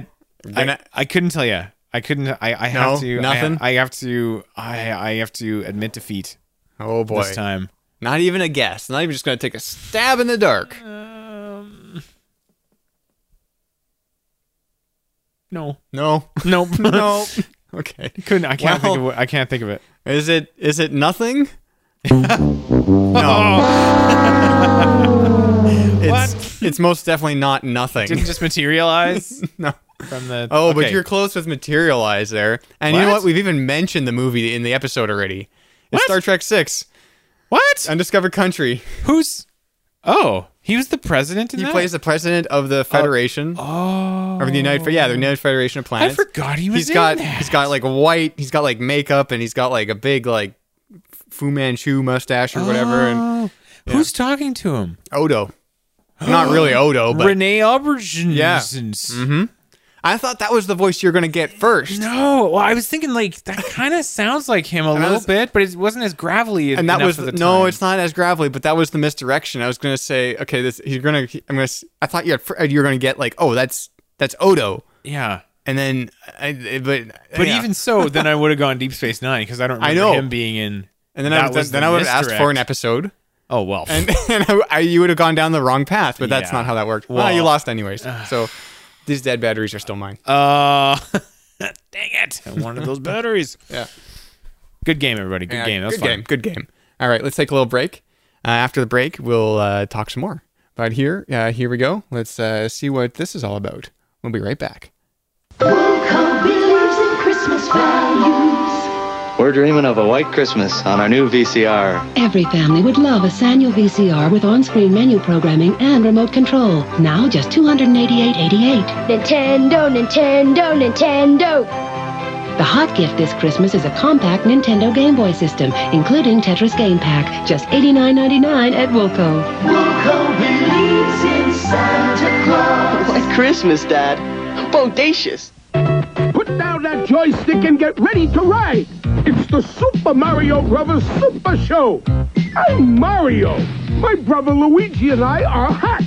Speaker 1: gonna-
Speaker 5: I couldn't tell you. I couldn't. I, I have to. I-
Speaker 1: nothing?
Speaker 5: I, have to. I, I have to admit defeat
Speaker 1: Oh boy.
Speaker 5: this time.
Speaker 1: Not even a guess. Not even just gonna take a stab in the dark.
Speaker 5: No.
Speaker 1: No.
Speaker 5: Nope.
Speaker 1: no. Okay.
Speaker 5: couldn't. I can't
Speaker 1: Well-
Speaker 5: think of. What, I can't think of it.
Speaker 1: Is it is it nothing? no. it's, It's most definitely not nothing.
Speaker 5: Didn't just materialize
Speaker 1: no.
Speaker 5: from the.
Speaker 1: Oh, but
Speaker 5: okay.
Speaker 1: you're close with materialize there. And you know
Speaker 5: What?
Speaker 1: what? We've even mentioned the movie in the episode already. It's Star Trek Six,
Speaker 5: what?
Speaker 1: Undiscovered Country.
Speaker 5: Who's? Oh, he was the president. In
Speaker 1: He
Speaker 5: that?
Speaker 1: plays the president of
Speaker 5: Uh,
Speaker 1: the Federation. Oh. Or the United yeah, the United Federation of
Speaker 5: oh. I
Speaker 1: Planets.
Speaker 5: forgot he was.
Speaker 1: he's
Speaker 5: in
Speaker 1: got
Speaker 5: that.
Speaker 1: he's got like white he's got like makeup and he's got like a big like Fu Manchu mustache or whatever and
Speaker 5: Who's talking to him?
Speaker 1: Odo. Not really Odo, but
Speaker 5: Renee Aubergine.
Speaker 1: Yeah.
Speaker 5: Mm.
Speaker 1: I thought that was the voice you're gonna get first.
Speaker 5: No, well, I was thinking like that kind of sounds like him a
Speaker 1: I
Speaker 5: little
Speaker 1: was-
Speaker 5: bit, but it wasn't as gravelly.
Speaker 1: And that was
Speaker 5: the,
Speaker 1: the,
Speaker 5: time.
Speaker 1: no, it's not as gravelly, but that was the misdirection. I was gonna say, okay, this you're gonna, I'm gonna, s- I thought you had, fir- you're gonna get like, oh, that's that's Odo,
Speaker 5: Yeah,
Speaker 1: and then, I, I- but
Speaker 5: but
Speaker 1: yeah.
Speaker 5: even so, then I would have gone Deep Space Nine because I don't remember
Speaker 1: I know.
Speaker 5: him being in.
Speaker 1: and then
Speaker 5: that
Speaker 1: I would,
Speaker 5: was
Speaker 1: then
Speaker 5: the
Speaker 1: I would have asked for an
Speaker 5: misdirect.
Speaker 1: episode,
Speaker 5: Oh well,
Speaker 1: and, and I, I- you would have gone down the wrong path, but that's
Speaker 5: Yeah.
Speaker 1: not how that worked. Well, uh,
Speaker 5: Well-
Speaker 1: you lost anyways, so these dead batteries are still mine.
Speaker 5: uh, dang it! I wanted those batteries.
Speaker 1: Yeah.
Speaker 5: Good game, everybody. Good
Speaker 1: Yeah,
Speaker 5: game. That
Speaker 1: Uh,
Speaker 5: was
Speaker 1: good
Speaker 5: fun.
Speaker 1: game. Good game. All right, let's take a little break. Uh, after the break, we'll uh, talk some more But here, uh, here we go. Let's uh, see what this is all about. We'll be right back.
Speaker 8: Wonka believes in Christmas values.
Speaker 9: We're dreaming of a white Christmas on our new VCR.
Speaker 8: Every family would love a Sanyo VCR with on-screen menu programming and remote control. Now just 288.88.
Speaker 2: Nintendo, Nintendo, Nintendo.
Speaker 8: The hot gift this Christmas is a compact Nintendo Game Boy system, including Tetris Game Pack, just $89.99 at Wilco.
Speaker 10: Wonka believes in Santa Claus.
Speaker 11: What Christmas, Dad? Bodacious.
Speaker 12: Put down that joystick and get ready to ride. It's the Super Mario Brothers Super Show. I'm Mario. My brother Luigi and I are hot.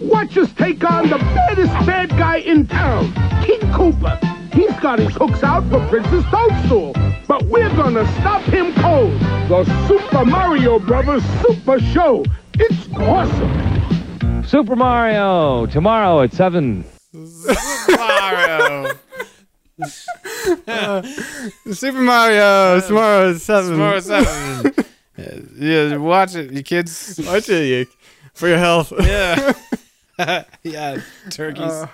Speaker 12: Watch us take on the baddest bad guy in town, King Koopa. He's got his hooks out for Princess Toadstool, but we're gonna stop him cold. The Super Mario Brothers Super Show. It's awesome.
Speaker 13: Super Mario, tomorrow at 7.
Speaker 5: Mario.
Speaker 1: Super Mario tomorrow at seven.
Speaker 5: Tomorrow at seven. yeah, watch it, you kids.
Speaker 1: Watch it, you- for your health.
Speaker 5: Yeah. yeah, turkeys.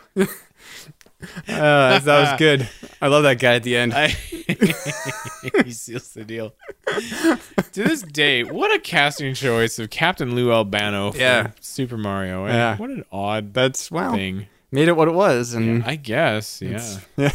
Speaker 1: Uh, that was good. I love that guy at the end.
Speaker 5: I- he seals the deal. to this day, what a casting choice of Captain Lou Albano from
Speaker 1: Yeah.
Speaker 5: Super Mario. eh?
Speaker 1: Yeah.
Speaker 5: What an odd
Speaker 1: That's wow.
Speaker 5: thing.
Speaker 1: Made it what it was, and
Speaker 5: I guess, yeah.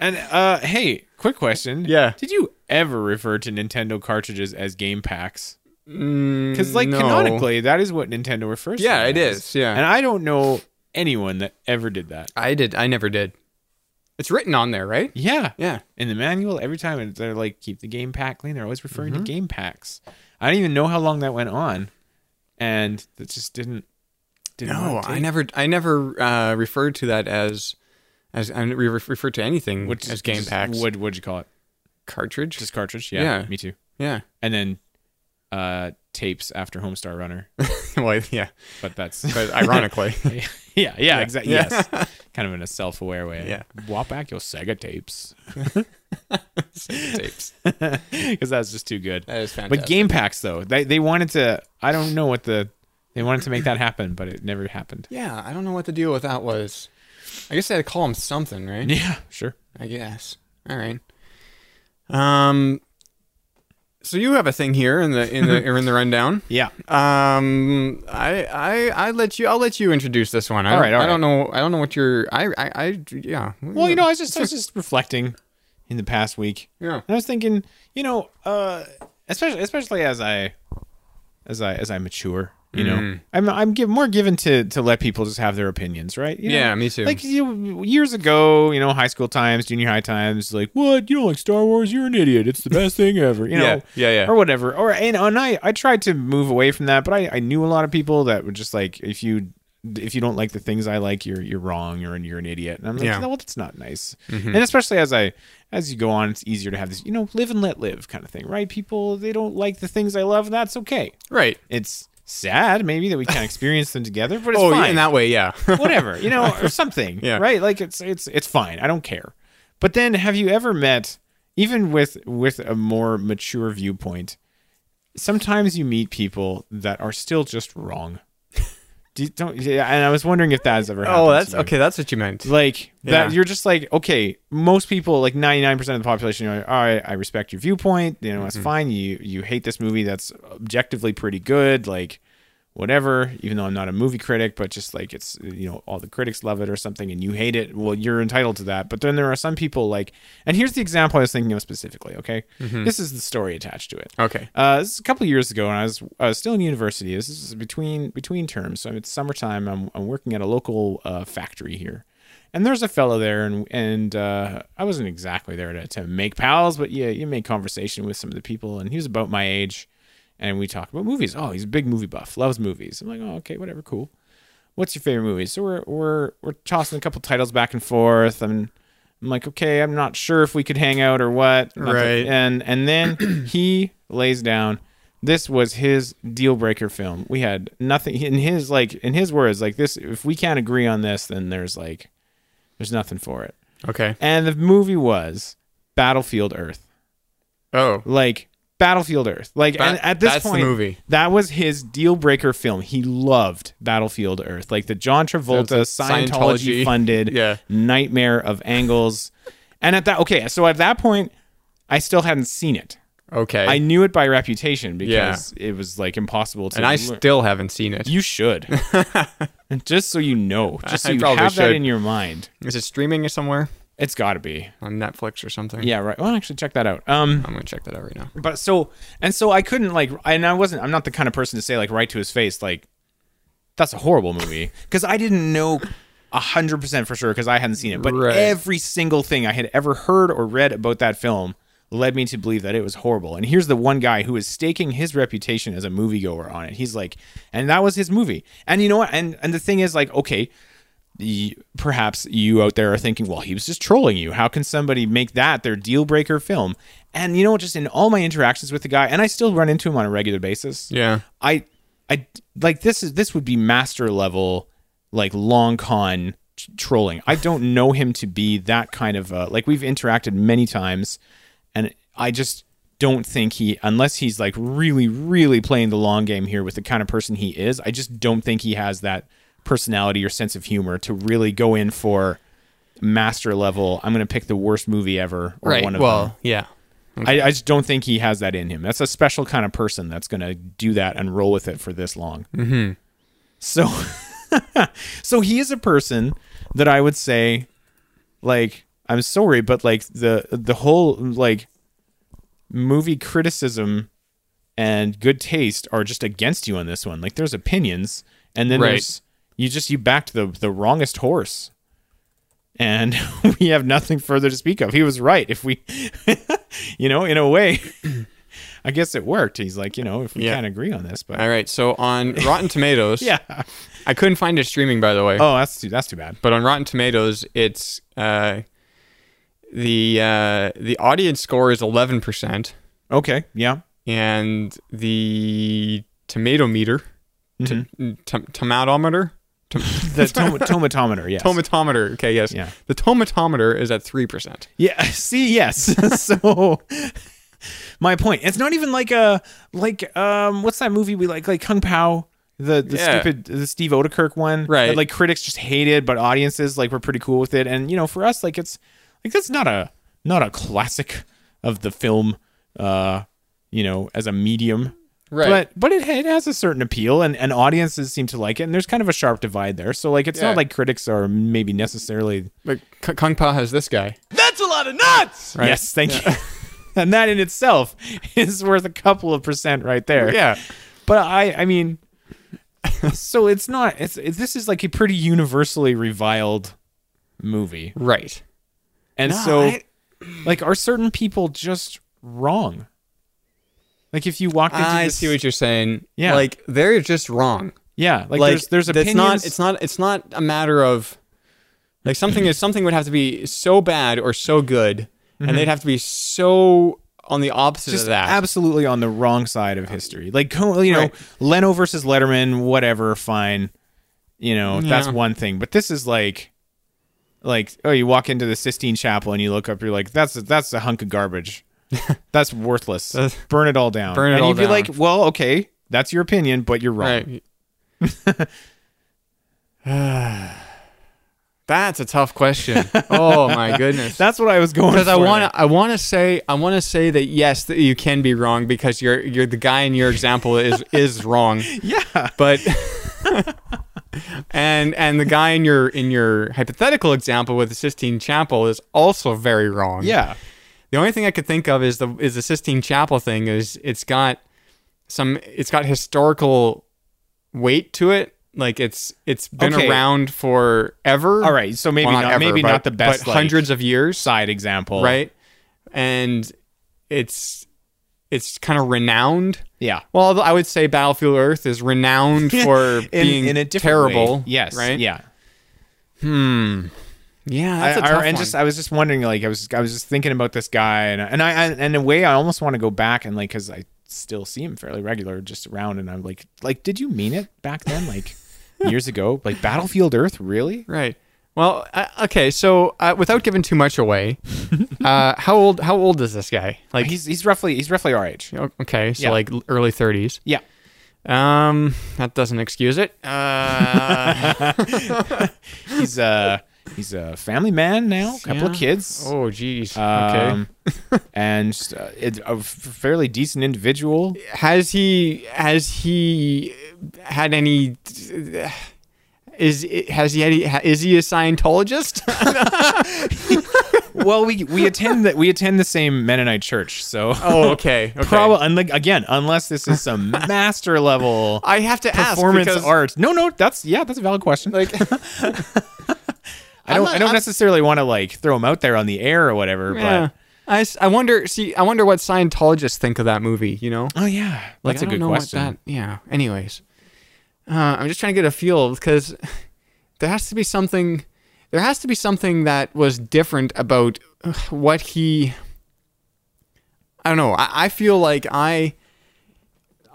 Speaker 5: and uh hey, quick question.
Speaker 1: Yeah.
Speaker 5: Did you ever refer to Nintendo cartridges as game packs? Because like
Speaker 1: mm, no.
Speaker 5: canonically, that is what Nintendo refers
Speaker 1: Yeah,
Speaker 5: to. them
Speaker 1: it
Speaker 5: as.
Speaker 1: is, yeah.
Speaker 5: And I don't know anyone that ever did that.
Speaker 1: I did. I never did. It's written on there, right?
Speaker 5: Yeah.
Speaker 1: Yeah.
Speaker 5: In the manual, every time and they're like, keep the game pack clean. They're always referring
Speaker 1: Mm-hmm.
Speaker 5: to game packs. I don't even know how long that went on. And it just didn't. didn't
Speaker 1: No,
Speaker 5: rotate,
Speaker 1: Oh, I never. I never uh, referred to that as as I never re- referred to anything
Speaker 5: Which
Speaker 1: as game
Speaker 5: just-
Speaker 1: packs.
Speaker 5: What, what'd you call it?
Speaker 1: cartridge?
Speaker 5: Just cartridge? Yeah.
Speaker 1: Yeah.
Speaker 5: Me too.
Speaker 1: yeah.
Speaker 5: And then uh tapes after Homestar Runner.
Speaker 1: well, yeah.
Speaker 5: But that's.
Speaker 1: But ironically,
Speaker 5: yeah, yeah, exactly.
Speaker 1: Yeah.
Speaker 5: Yes. kind of in a self aware way.
Speaker 1: Yeah.
Speaker 5: Walk back your Sega tapes.
Speaker 1: tapes.
Speaker 5: because that was just too good.
Speaker 1: That is
Speaker 5: But
Speaker 1: fantastic.
Speaker 5: game packs though, they they wanted to. I don't know what the they wanted to make that happen, but it never happened.
Speaker 1: Yeah, I don't know what the deal with that was. I guess they had to call him something, right?
Speaker 5: Yeah, sure.
Speaker 1: I guess. All right. Um. So you have a thing here in the in the or in the rundown.
Speaker 5: Yeah,
Speaker 1: Um, I I I let you. I'll let you introduce this one. I
Speaker 5: All
Speaker 1: don't-
Speaker 5: right, all
Speaker 1: I don't know. I don't know what your. I I, I yeah.
Speaker 5: Well, you know, I was just I was just reflecting in the past week.
Speaker 1: Yeah.
Speaker 5: And I was thinking, you know, uh especially especially as I as I as I mature,
Speaker 1: Mm.
Speaker 5: you know. I'm I'm give, more given to to let people just have their opinions, right? You know,
Speaker 1: Yeah, me too.
Speaker 5: Like you, years ago, you know, high school times, junior high times, like, "What? You don't like Star Wars? You're an idiot. It's the best thing ever." You know.
Speaker 1: Yeah, yeah, yeah.
Speaker 5: Or whatever. Or and, and I I tried to move away from that, but I I knew a lot of people that were just like if you if you don't like the things I like, you're you're wrong, you're you're an idiot. And I'm like,
Speaker 1: Yeah. Mm-hmm.
Speaker 5: no, well, that's not nice. And especially as I as you go on, it's easier to have this, you know, live and let live kind of thing, right? People they don't like the things I love, and that's okay.
Speaker 1: right.
Speaker 5: It's sad maybe that we can't experience them together, but it's
Speaker 1: oh, yeah,
Speaker 5: fine
Speaker 1: in that way, yeah.
Speaker 5: whatever, you know, or something,
Speaker 1: Yeah.
Speaker 5: right? Like it's it's it's fine. I don't care. But then, have you ever met, even with with a more mature viewpoint? Sometimes you meet people that are still just wrong. Do you, don't, yeah, and I was wondering if that has ever happened.
Speaker 1: oh,
Speaker 5: to
Speaker 1: that's
Speaker 5: you.
Speaker 1: okay. That's what you meant.
Speaker 5: Like that,
Speaker 1: Yeah.
Speaker 5: you're just like okay. Most people, like 99% of the population, are like, all right. I respect your viewpoint. You know,
Speaker 1: Mm-hmm.
Speaker 5: that's fine. You you hate this movie. That's objectively pretty good. Like whatever. Even though I'm not a movie critic, but just like it's you know all the critics love it or something, and you hate it. Well, you're entitled to that. But then there are some people like, and here's the example I was thinking of specifically. Okay, this is the story attached to it.
Speaker 1: Mm-hmm. Okay.
Speaker 5: Uh, this is a couple of years ago, and I was, I was still in university. This is between between terms, so it's summertime. I'm, I'm working at a local uh, factory here, and there's a fellow there, and and uh, I wasn't exactly there to, to make pals, but yeah, you make conversation with some of the people, and he was about my age, and we talked about movies. Oh, he's a big movie buff, loves movies. I'm like, oh, okay, whatever, cool what's your favorite movie? So we're we're we're tossing a couple titles back and forth. I'm I'm like, okay, I'm not sure if we could hang out or what. And I was like-
Speaker 1: Right.
Speaker 5: And and then he lays down. This was his deal breaker film. We had nothing in his like in his words like this. If we can't agree on this, then there's like there's nothing for it.
Speaker 1: Okay.
Speaker 5: And the movie was Battlefield Earth.
Speaker 1: Oh,
Speaker 5: Like Battlefield Earth. Like
Speaker 1: Ba-
Speaker 5: and at this
Speaker 1: that's the
Speaker 5: point,
Speaker 1: movie.
Speaker 5: that was his deal breaker film. He loved Battlefield Earth, like the John Travolta
Speaker 1: That's a
Speaker 5: Scientology
Speaker 1: Scientology.
Speaker 5: funded nightmare of angles. And at that, okay, so at that point, I still hadn't seen it.
Speaker 1: Okay.
Speaker 5: I knew it by reputation
Speaker 1: Yeah.
Speaker 5: because it was like impossible to.
Speaker 1: And I
Speaker 5: learn.
Speaker 1: still haven't seen it.
Speaker 5: You should. just so you know, just so
Speaker 1: I
Speaker 5: you
Speaker 1: probably
Speaker 5: have that
Speaker 1: should.
Speaker 5: in your mind.
Speaker 1: Is it streaming somewhere?
Speaker 5: It's got to be
Speaker 1: on Netflix or something.
Speaker 5: Yeah, right. Well, actually, check that out. Um,
Speaker 1: I'm gonna check that out right now.
Speaker 5: But so and so, I couldn't like, and I wasn't. I'm not the kind of person to say like right to his face, like that's a horrible movie because I didn't know hundred percent for sure because I hadn't seen it. But
Speaker 1: Right.
Speaker 5: every single thing I had ever heard or read about that film led me to believe that it was horrible. And here's the one guy who is staking his reputation as a moviegoer on it. He's like, and that was his movie. And you know what? And and the thing is like, okay, y- perhaps you out there are thinking, well, he was just trolling you. How can somebody make that their deal breaker film? And you know what? Just in all my interactions with the guy, and I still run into him on a regular basis.
Speaker 1: Yeah.
Speaker 5: I, I like this is this would be master level, like long con t- trolling. I don't know him to be that kind of uh, like we've interacted many times, and I just don't think he unless he's like really really playing the long game here with the kind of person he is. I just don't think he has that personality or sense of humor to really go in for master level. I'm going to pick the worst movie ever or
Speaker 1: Right,
Speaker 5: one of
Speaker 1: well,
Speaker 5: them.
Speaker 1: yeah.
Speaker 5: I, I just don't think he has that in him. That's a special kind of person that's going to do that and roll with it for this long.
Speaker 1: Mm-hmm.
Speaker 5: So, so he is a person that I would say, like, I'm sorry, but like the the whole like movie criticism and good taste are just against you on this one. Like, there's opinions, and then
Speaker 1: Right.
Speaker 5: there's you just you backed the the wrongest horse. And we have nothing further to speak of. He was right. If we, you know, in a way, I guess it worked. He's like, you know, if we
Speaker 1: Yeah.
Speaker 5: can't agree on this, but
Speaker 1: All right. So on Rotten Tomatoes,
Speaker 5: Yeah.
Speaker 1: I couldn't find it streaming by the way.
Speaker 5: Oh, that's too, that's too bad.
Speaker 1: But on Rotten Tomatoes, it's uh, the uh, the audience score is eleven percent.
Speaker 5: Okay. Yeah.
Speaker 1: And the tomato meter, t- tom- tomatometer, Tom-
Speaker 5: The tom- tomatometer, yes.
Speaker 1: Tomatometer. Okay. Yes.
Speaker 5: Yeah.
Speaker 1: The tomatometer is at three percent.
Speaker 5: Yeah. See, yes. so my point. It's not even like a like um what's that movie we like like Kung Pao the the
Speaker 1: Yeah.
Speaker 5: stupid the Steve Odekirk one
Speaker 1: Right.
Speaker 5: that, like critics just hated but audiences like were pretty cool with it and you know for us like it's like that's not a not a classic of the film uh you know as a medium
Speaker 1: Right.
Speaker 5: but but it, it has a certain appeal and, and audiences seem to like it and there's kind of a sharp divide there so like it's
Speaker 1: Yeah.
Speaker 5: not like critics are maybe necessarily
Speaker 1: Like K- Kung Pao has this guy.
Speaker 5: That's a lot of nuts.
Speaker 1: Right.
Speaker 5: Yes, thank you. and that in itself is worth a couple of percent right there.
Speaker 1: Yeah.
Speaker 5: But I I mean so it's not it's it, this is like a pretty universally reviled movie.
Speaker 1: Right.
Speaker 5: And
Speaker 1: No,
Speaker 5: so
Speaker 1: I-
Speaker 5: like are certain people just wrong? Like if you walked into
Speaker 1: I
Speaker 5: this,
Speaker 1: see what you're saying.
Speaker 5: Yeah.
Speaker 1: Like they're just wrong.
Speaker 5: Yeah, like, there's there's
Speaker 1: that's
Speaker 5: opinions
Speaker 1: not it's not it's not a matter of like something is something would have to be so bad or so good
Speaker 5: Mhm.
Speaker 1: and they'd have to be so on the opposite
Speaker 5: just
Speaker 1: of that.
Speaker 5: absolutely on the wrong side of history. Like co- you know, Leno versus Letterman, whatever, fine. You know, that's
Speaker 1: Yeah.
Speaker 5: one thing. But this is like like oh, you walk into the Sistine Chapel and you look up, you're like, that's a, that's a hunk of garbage. that's worthless. Burn it all down.
Speaker 1: Burn it
Speaker 5: and
Speaker 1: all
Speaker 5: you'd be
Speaker 1: down.
Speaker 5: like, well, okay, that's your opinion, but you're wrong.
Speaker 1: Right. That's a tough question. Oh my goodness.
Speaker 5: That's what I was going
Speaker 1: Because I
Speaker 5: for.
Speaker 1: want to, I want to say, I want to say that yes, that you can be wrong because you're, you're the guy in your example is is wrong.
Speaker 5: Yeah.
Speaker 1: But and and the guy in your in your hypothetical example with the Sistine Chapel is also very wrong.
Speaker 5: Yeah.
Speaker 1: The only thing I could think of is the is the Sistine Chapel thing is it's got some it's got historical weight to it. Like it's it's been
Speaker 5: Okay.
Speaker 1: around forever.
Speaker 5: All right, so maybe
Speaker 1: Well,
Speaker 5: not-
Speaker 1: ever,
Speaker 5: maybe
Speaker 1: but-
Speaker 5: not the best,
Speaker 1: but
Speaker 5: like,
Speaker 1: hundreds of years
Speaker 5: side example,
Speaker 1: right? And it's it's kind of renowned.
Speaker 5: Yeah.
Speaker 1: Well, although I would say Battlefield Earth is renowned for being
Speaker 5: different
Speaker 1: terrible.
Speaker 5: way. Yes.
Speaker 1: Right.
Speaker 5: Yeah.
Speaker 1: Hmm. Yeah. That's a
Speaker 5: I- I-
Speaker 1: tough
Speaker 5: and
Speaker 1: one.
Speaker 5: just uh, I was just wondering, like I was I was just thinking about this guy, and and I and in a way I almost want to go back and like because I still see him fairly regular, just around, and I'm like like did you mean it back then, like years ago, like Battlefield Earth, really?
Speaker 1: Right. Well, uh, okay, so uh, without giving too much away, uh, how old how old is this guy? Like
Speaker 5: he's he's roughly he's roughly our age.
Speaker 1: Okay, so
Speaker 5: Yeah.
Speaker 1: like l- early 30s.
Speaker 5: Yeah.
Speaker 1: Um, that doesn't excuse it. Uh,
Speaker 5: he's a he's a family man now. couple of
Speaker 1: Yeah.
Speaker 5: kids.
Speaker 1: Oh, geez.
Speaker 5: Um, okay. and just, uh, it, a f- fairly decent individual.
Speaker 1: has he has he had any is has he any, is he a Scientologist?
Speaker 5: well, we we attend that we attend the same Mennonite church, so
Speaker 1: Oh, okay, okay.
Speaker 5: Probably unlike again, unless this is some master level.
Speaker 1: I have to ask
Speaker 5: performance
Speaker 1: because-
Speaker 5: art. No, no, that's yeah, that's a valid question. Like.
Speaker 1: I'm
Speaker 5: I don't.
Speaker 1: not-
Speaker 5: I don't
Speaker 1: I'm-
Speaker 5: necessarily want to like throw him out there on the air or whatever.
Speaker 1: Yeah. I, s- I wonder see I wonder what Scientologists think of that movie, you know?
Speaker 5: Oh yeah.
Speaker 1: Like,
Speaker 5: That's
Speaker 1: I
Speaker 5: a
Speaker 1: don't
Speaker 5: good
Speaker 1: know what
Speaker 5: question.
Speaker 1: that- yeah. Anyways. Uh, I'm just trying to get a feel because there has to be something there has to be something that was different about uh, what he I don't know. I, I feel like I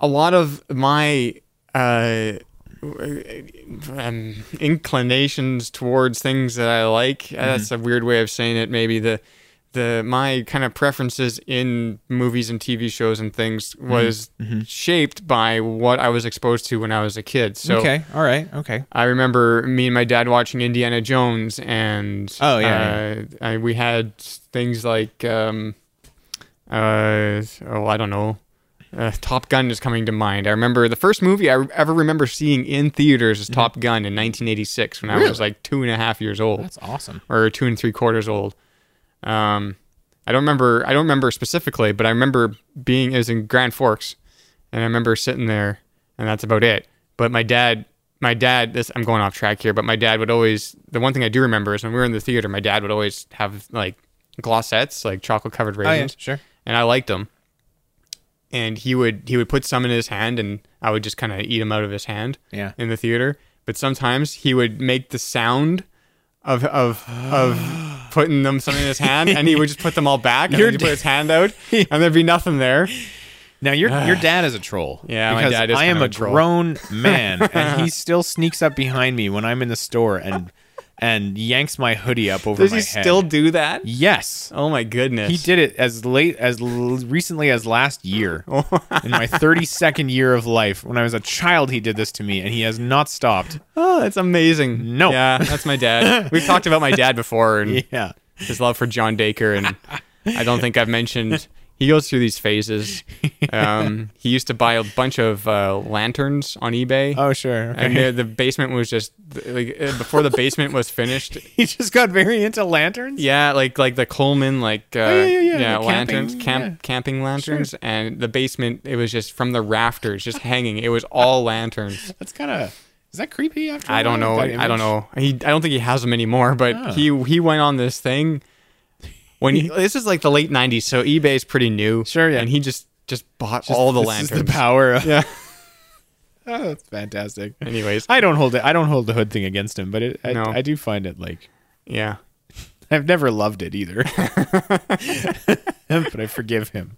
Speaker 1: a lot of my uh um, inclinations towards things that I like. uh, That's a weird way of saying it. Maybe the the my kind of preferences in movies and TV shows and things was shaped by what I was exposed to when I was a kid. So
Speaker 5: okay. All right. Okay.
Speaker 1: I remember me and my dad watching Indiana Jones, and
Speaker 5: Oh, yeah,
Speaker 1: uh, I, we had things like um, uh, oh I don't know. Uh, Top Gun is coming to mind. I remember the first movie I ever remember seeing in theaters
Speaker 5: Mm-hmm.
Speaker 1: is Top Gun in 1986 when I was like two and a half years old.
Speaker 5: That's awesome.
Speaker 1: Or two and three quarters old. Um, I don't remember. I don't remember specifically, but I remember being is in Grand Forks, and I remember sitting there, and that's about it. But my dad, my dad, this I'm going off track here, but my dad would always. The one thing I do remember is when we were in the theater, my dad would always have like glossettes, like chocolate covered
Speaker 5: Oh, yeah,
Speaker 1: raisins.
Speaker 5: sure.
Speaker 1: And I liked them. And he would he would put some in his hand, and I would just kind of eat them out of his hand.
Speaker 5: Yeah.
Speaker 1: In the theater, but sometimes he would make the sound of of of putting them something in his hand, and he would just put them all back, and
Speaker 5: Your
Speaker 1: then he'd put his hand out, and there'd be nothing there.
Speaker 5: Now your your dad is a troll.
Speaker 1: Yeah, my
Speaker 5: because
Speaker 1: dad is
Speaker 5: I
Speaker 1: kind
Speaker 5: am
Speaker 1: of
Speaker 5: a,
Speaker 1: a troll.
Speaker 5: grown man, and he still sneaks up behind me when I'm in the store and and yanks my hoodie up over
Speaker 1: Does
Speaker 5: my
Speaker 1: he
Speaker 5: head.
Speaker 1: still do that?
Speaker 5: Yes,
Speaker 1: Oh my goodness!
Speaker 5: he did it as late as l- recently as last year.
Speaker 1: Oh.
Speaker 5: in my 32nd year of life, when I was a child, he did this to me, and he has not stopped.
Speaker 1: Oh, that's amazing.
Speaker 5: No.
Speaker 1: Yeah, that's my dad. We've talked about my dad before and
Speaker 5: Yeah.
Speaker 1: his love for John Dacre, and I don't think I've mentioned he goes through these phases. Um, he used to buy a bunch of uh, lanterns on eBay.
Speaker 5: Oh sure. Okay.
Speaker 1: And the, the basement was just like uh, before the basement was finished.
Speaker 5: he just got very into lanterns.
Speaker 1: Yeah, like like the Coleman like uh,
Speaker 5: Oh, yeah, yeah, yeah, the
Speaker 1: lanterns,
Speaker 5: camping,
Speaker 1: camp
Speaker 5: yeah.
Speaker 1: camping lanterns, and the basement. It was just from the rafters, just hanging. It was all lanterns.
Speaker 5: That's kind of. Is that creepy? After
Speaker 1: I
Speaker 5: a
Speaker 1: don't
Speaker 5: while,
Speaker 1: know.
Speaker 5: that
Speaker 1: I don't
Speaker 5: image?
Speaker 1: know. He, I don't think he has them anymore. But
Speaker 5: Oh.
Speaker 1: he he went on this thing when he, this is like the late '90s, so eBay's pretty new.
Speaker 5: Sure, yeah.
Speaker 1: And he just just bought all the
Speaker 5: This is
Speaker 1: lanterns.
Speaker 5: the power. Of,
Speaker 1: Yeah.
Speaker 5: Oh, that's fantastic.
Speaker 1: Anyways,
Speaker 5: I don't hold it. I don't hold the hood thing against him, but it, I,
Speaker 1: No.
Speaker 5: I do find it like
Speaker 1: yeah.
Speaker 5: I've never loved it either. but I forgive him.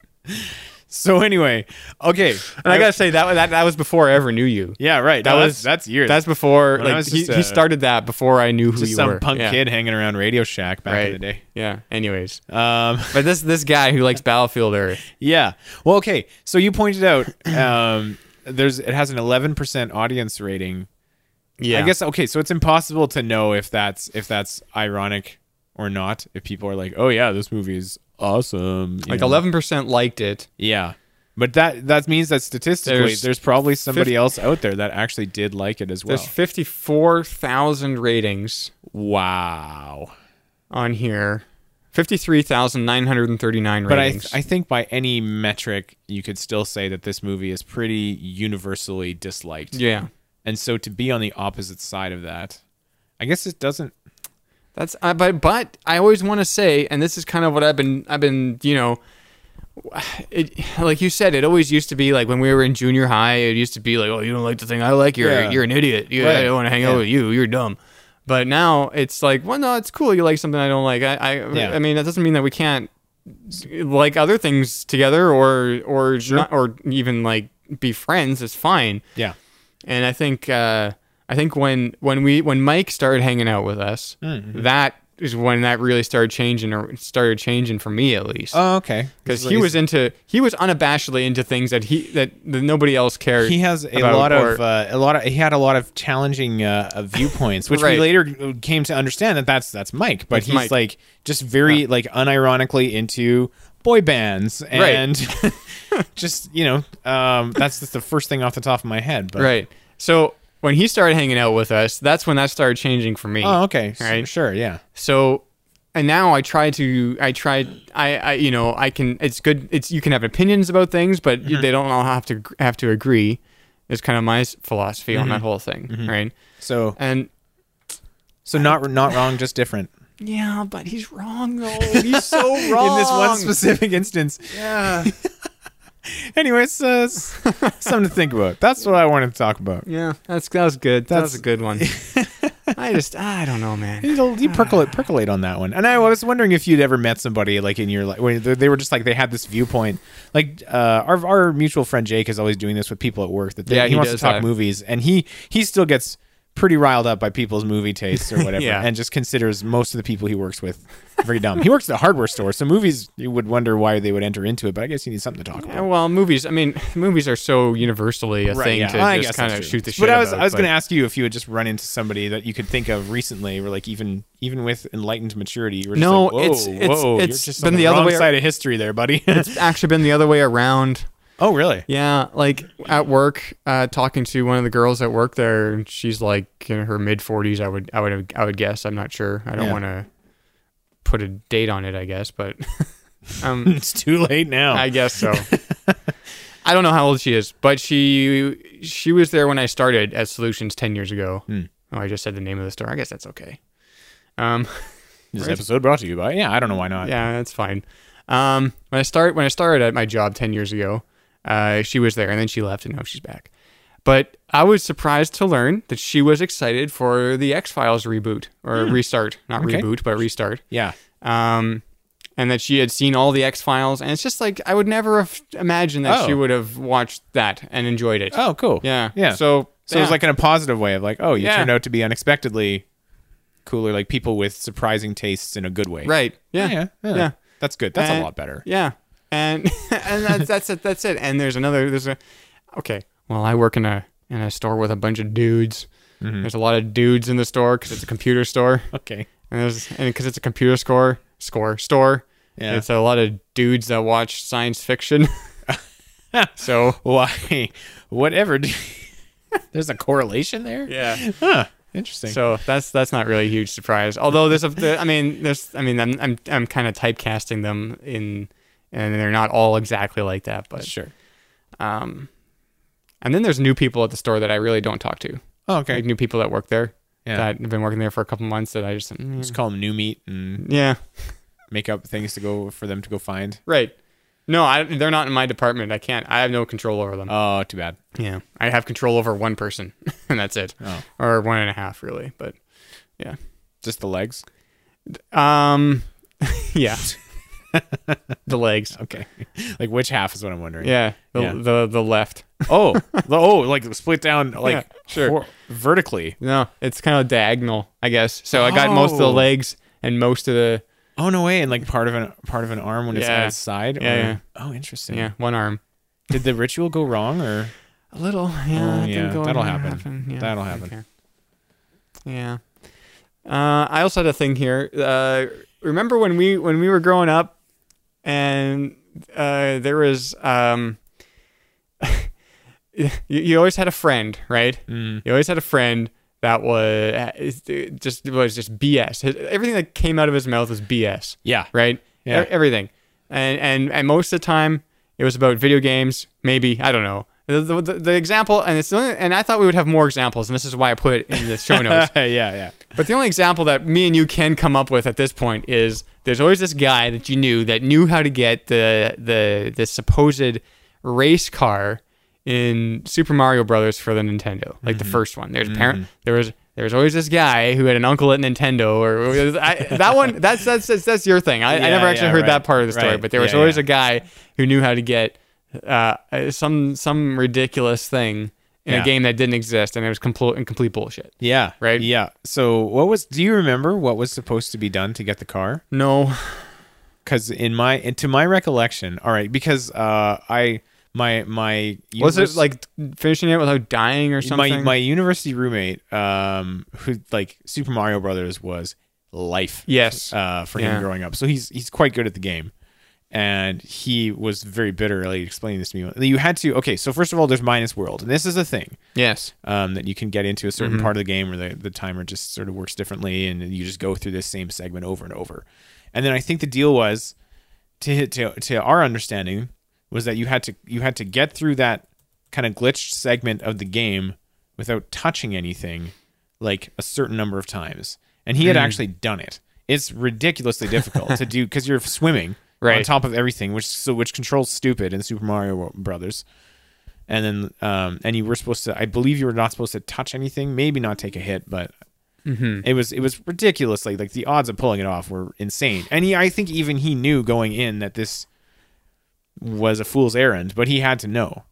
Speaker 5: So anyway, okay,
Speaker 1: And I gotta say that that that was before I ever knew you.
Speaker 5: yeah, right.
Speaker 1: That
Speaker 5: No,
Speaker 1: was
Speaker 5: that's, that's years.
Speaker 1: That's before
Speaker 5: When I
Speaker 1: like
Speaker 5: was
Speaker 1: he,
Speaker 5: just, uh,
Speaker 1: he started that before I knew who
Speaker 5: just
Speaker 1: you
Speaker 5: some
Speaker 1: were.
Speaker 5: punk
Speaker 1: Yeah.
Speaker 5: kid hanging around Radio Shack back
Speaker 1: right.
Speaker 5: in the day.
Speaker 1: Yeah. Anyways,
Speaker 5: Um,
Speaker 1: but this this guy who likes Battlefield Earth.
Speaker 5: yeah. Well, okay. So you pointed out um, there's it has an 11% audience rating.
Speaker 1: Yeah.
Speaker 5: I guess okay, so it's impossible to know if that's if that's ironic or not. If people are like, "Oh yeah, this movie is awesome," you
Speaker 1: like
Speaker 5: know.
Speaker 1: eleven percent liked it.
Speaker 5: Yeah. But that that means that statistically there's,
Speaker 1: There's
Speaker 5: probably somebody
Speaker 1: fif-
Speaker 5: else out there that actually did like it as well.
Speaker 1: There's fifty four thousand ratings
Speaker 5: wow.
Speaker 1: on here. Fifty three thousand nine hundred and thirty nine
Speaker 5: But I
Speaker 1: ratings.
Speaker 5: I think by any metric you could still say that this movie is pretty universally disliked.
Speaker 1: yeah.
Speaker 5: And so to be on the opposite side of that, I guess it doesn't
Speaker 1: That's uh, but but I always want to say, and this is kind of what I've been I've been you know, it like you said, it always used to be like when we were in junior high, it used to be like, oh, you don't like the thing I like, you're
Speaker 5: Yeah.
Speaker 1: you're an idiot, you,
Speaker 5: Right.
Speaker 1: I don't want to hang
Speaker 5: Yeah.
Speaker 1: out with you, you're dumb. But now it's like, well, no, it's cool. You like something I don't like. I I,
Speaker 5: Yeah.
Speaker 1: I mean, that doesn't mean that we can't like other things together or or not, or even like be friends. It's fine.
Speaker 5: Yeah.
Speaker 1: And I think uh, I think when when we when Mike started hanging out with us,
Speaker 5: Mhm.
Speaker 1: that is when that really started changing or started changing for me at least.
Speaker 5: Oh, okay.
Speaker 1: Because he was into he was unabashedly into things that he that, that nobody else cared.
Speaker 5: He has a
Speaker 1: about
Speaker 5: lot
Speaker 1: or-
Speaker 5: of uh, a lot of he had a lot of challenging uh, uh, viewpoints, which
Speaker 1: Right.
Speaker 5: we later uh, came to understand that that's that's Mike, but
Speaker 1: That's
Speaker 5: he's
Speaker 1: Mike.
Speaker 5: like just very like unironically into boy bands
Speaker 1: Right.
Speaker 5: and just you know um, that's just the first thing off the top of my head. But
Speaker 1: right. So when he started hanging out with us, that's when that started changing for me.
Speaker 5: Oh, okay. S-
Speaker 1: Right.
Speaker 5: Sure. Yeah.
Speaker 1: So and now I try to I try I, I you know I can it's good it's you can have opinions about things, but you-
Speaker 5: Mhm.
Speaker 1: they don't all have to gr- have to agree. Is kind of my s- philosophy on that
Speaker 5: Mhm.
Speaker 1: whole thing,
Speaker 5: Mhm.
Speaker 1: right?
Speaker 5: So
Speaker 1: and
Speaker 5: so not not wrong, just different.
Speaker 1: Yeah, but he's wrong though. He's so wrong
Speaker 5: in this one specific instance.
Speaker 1: Yeah.
Speaker 5: Anyways, uh, s- something to think about. That's what I wanted to talk about.
Speaker 1: Yeah, that's that was good. that was
Speaker 5: That's-
Speaker 1: a good one. I just I don't know, man.
Speaker 5: He'll, he percolate percolate on that one. And I was wondering if you'd ever met somebody like in your life where they they were just like they had this viewpoint. Like uh, our our mutual friend Jake is always doing this with people at work that they,
Speaker 1: Yeah,
Speaker 5: he,
Speaker 1: he
Speaker 5: wants
Speaker 1: does
Speaker 5: to talk
Speaker 1: that.
Speaker 5: movies, and he he still gets pretty riled up by people's movie tastes or whatever,
Speaker 1: Yeah.
Speaker 5: and just considers most of the people he works with very dumb. he works at a hardware store, so movies you would wonder why they would enter into it, but I guess you need something to talk about.
Speaker 1: Yeah, well, movies. I mean, movies are so universally a
Speaker 5: Right,
Speaker 1: thing
Speaker 5: yeah.
Speaker 1: to
Speaker 5: I
Speaker 1: just
Speaker 5: guess that's
Speaker 1: kind of
Speaker 5: true.
Speaker 1: shoot the shit.
Speaker 5: But I was
Speaker 1: about,
Speaker 5: I was
Speaker 1: but-
Speaker 5: going to ask you if you had just run into somebody that you could think of recently, or like even even with enlightened maturity, you were just
Speaker 1: No,
Speaker 5: like, whoa,
Speaker 1: it's- it's-
Speaker 5: whoa,
Speaker 1: it's
Speaker 5: you're just
Speaker 1: been
Speaker 5: on the,
Speaker 1: the other
Speaker 5: wrong
Speaker 1: way ar-
Speaker 5: side of history there, buddy.
Speaker 1: it's actually been the other way around.
Speaker 5: Oh, really?
Speaker 1: Yeah, like at work, uh, talking to one of the girls at work there, and she's like in her mid forties. I would, I would, I would guess. I'm not sure. I don't
Speaker 5: Yeah.
Speaker 1: want to put a date on it. I guess, but um,
Speaker 5: it's too late now.
Speaker 1: I guess so. I don't know how old she is, but she she was there when I started at Solutions ten years ago. Oh, I just said the name of the store. I guess that's okay. Um,
Speaker 5: this
Speaker 1: right?
Speaker 5: episode brought to you by yeah, I don't know why not.
Speaker 1: Yeah, that's fine. Um, when I start when I started at my job ten years ago, uh, she was there, and then she left, and now she's back. But I was surprised to learn that she was excited for the X Files reboot or restart, not
Speaker 5: Hmm. Okay.
Speaker 1: reboot, but restart.
Speaker 5: Yeah.
Speaker 1: Um, and that she had seen all the X Files, and it's just like I would never have imagined that
Speaker 5: Oh.
Speaker 1: she would have watched that and enjoyed it.
Speaker 5: Oh, cool.
Speaker 1: Yeah,
Speaker 5: yeah.
Speaker 1: So,
Speaker 5: so it was like in a positive way of like, oh, you
Speaker 1: Yeah.
Speaker 5: turned out to be unexpectedly cooler, like people with surprising tastes in a good way.
Speaker 1: right. Yeah,
Speaker 5: Yeah. Yeah.
Speaker 1: yeah.
Speaker 5: That's good. That's
Speaker 1: And-
Speaker 5: a lot better.
Speaker 1: Yeah, and and that's that's it. That's it. And there's another. There's a. Okay. Well, I work in a in a store with a bunch of dudes.
Speaker 5: Mhm.
Speaker 1: There's a lot of dudes in the store because it's a computer store.
Speaker 5: Okay.
Speaker 1: And there's and because it's a computer score score store.
Speaker 5: Yeah.
Speaker 1: It's a lot of dudes that watch science fiction. so
Speaker 5: why, whatever. do- There's a correlation there.
Speaker 1: Yeah.
Speaker 5: Huh. Interesting.
Speaker 1: So that's that's not really a huge surprise. Although there's a, there, I mean, there's, I mean, I'm I'm, I'm kind of typecasting them in, and they're not all exactly like that, but
Speaker 5: Sure.
Speaker 1: Um, and then there's new people at the store that I really don't talk to.
Speaker 5: Oh, okay.
Speaker 1: Like new people that work there.
Speaker 5: Yeah.
Speaker 1: That have been working there for a couple months that I just, mm,
Speaker 5: Just call them new meat and
Speaker 1: yeah,
Speaker 5: make up things to go for them to go find.
Speaker 1: right. No, I, they're not in my department. I can't. I have no control over them.
Speaker 5: Oh, too bad.
Speaker 1: yeah, I have control over one person, and that's it,
Speaker 5: Oh.
Speaker 1: or one and a half, really. But yeah.
Speaker 5: Just the legs.
Speaker 1: Um, yeah. the legs.
Speaker 5: Okay. Like which half is what I'm wondering.
Speaker 1: Yeah. The
Speaker 5: Yeah.
Speaker 1: the the left.
Speaker 5: Oh, the- oh, like split down like
Speaker 1: Yeah, sure.
Speaker 5: hor- vertically.
Speaker 1: No, it's kind of diagonal, I guess. So I got most of the
Speaker 5: Oh.
Speaker 1: legs and most of the
Speaker 5: Oh no way! And like part of an part of an arm when it's
Speaker 1: Yeah.
Speaker 5: at its side.
Speaker 1: Yeah,
Speaker 5: or-
Speaker 1: yeah.
Speaker 5: Oh, interesting.
Speaker 1: yeah one arm.
Speaker 5: Did the ritual go wrong or?
Speaker 1: A little.
Speaker 5: Oh,
Speaker 1: Yeah. I
Speaker 5: yeah,
Speaker 1: think going
Speaker 5: that'll
Speaker 1: there
Speaker 5: happen.
Speaker 1: happened,
Speaker 5: That'll
Speaker 1: I don't
Speaker 5: happen.
Speaker 1: care. Yeah. Uh, I also had a thing here. Uh, remember when we when we were growing up, and uh, there was um, you, you always had a friend, right?
Speaker 5: Mm.
Speaker 1: You always had a friend that was it just was just BS. His- Everything that came out of his mouth was BS
Speaker 5: Yeah.
Speaker 1: right?
Speaker 5: Yeah.
Speaker 1: E- everything. And, and and most of the time, it was about video games. Maybe I don't know. The, the, the- the example, and it's the only, and I thought we would have more examples, and this is why I put it in the show notes.
Speaker 5: yeah. Yeah.
Speaker 1: But the only example that me and you can come up with at this point is there's always this guy that you knew that knew how to get the the the supposed race car in Super Mario Brothers for the Nintendo, like
Speaker 5: Mm-hmm.
Speaker 1: the first one. There's apparent there was there was always this guy who had an uncle at Nintendo, or I, that one. That's, that's that's that's your thing. I, I
Speaker 5: Yeah,
Speaker 1: never actually
Speaker 5: yeah,
Speaker 1: heard
Speaker 5: right,
Speaker 1: that part of the story,
Speaker 5: right.
Speaker 1: but there was
Speaker 5: Yeah,
Speaker 1: always
Speaker 5: yeah.
Speaker 1: a guy who knew how to get uh, some some uh, ridiculous thing in
Speaker 5: Yeah.
Speaker 1: a game that didn't exist, and it was complete and complete bullshit.
Speaker 5: Yeah.
Speaker 1: Right.
Speaker 5: Yeah. So what was? Do you remember what was supposed to be done to get the car?
Speaker 1: No.
Speaker 5: Because in my and to my recollection, all right, because uh, I my my
Speaker 1: Was it
Speaker 5: univers-
Speaker 1: like finishing it without dying or something?
Speaker 5: my my university roommate um who like Super Mario Brothers was life
Speaker 1: Yes.
Speaker 5: uh for
Speaker 1: Yeah.
Speaker 5: him growing up so he's he's quite good at the game and he was very bitterly explaining this to me you had to okay so first of all there's minus world and this is a thing
Speaker 1: Yes.
Speaker 5: um that you can get into a certain
Speaker 1: Mhm.
Speaker 5: part of the game where the, the timer just sort of works differently and you just go through this same segment over and over and then I think the deal was to to to our understanding was that you had to you had to get through that kind of glitched segment of the game without touching anything like a certain number of times. And he had
Speaker 1: Mm.
Speaker 5: actually done it. It's ridiculously difficult to do cuz you're swimming on
Speaker 1: Right.
Speaker 5: top of everything which so which controls stupid in Super Mario Brothers. And then um and you were supposed to I believe you were not supposed to touch anything, maybe not take a hit, but
Speaker 1: Mhm.
Speaker 5: it was it was ridiculously like the odds of pulling it off were insane. And he I think even he knew going in that this was a fool's errand, but he had to know.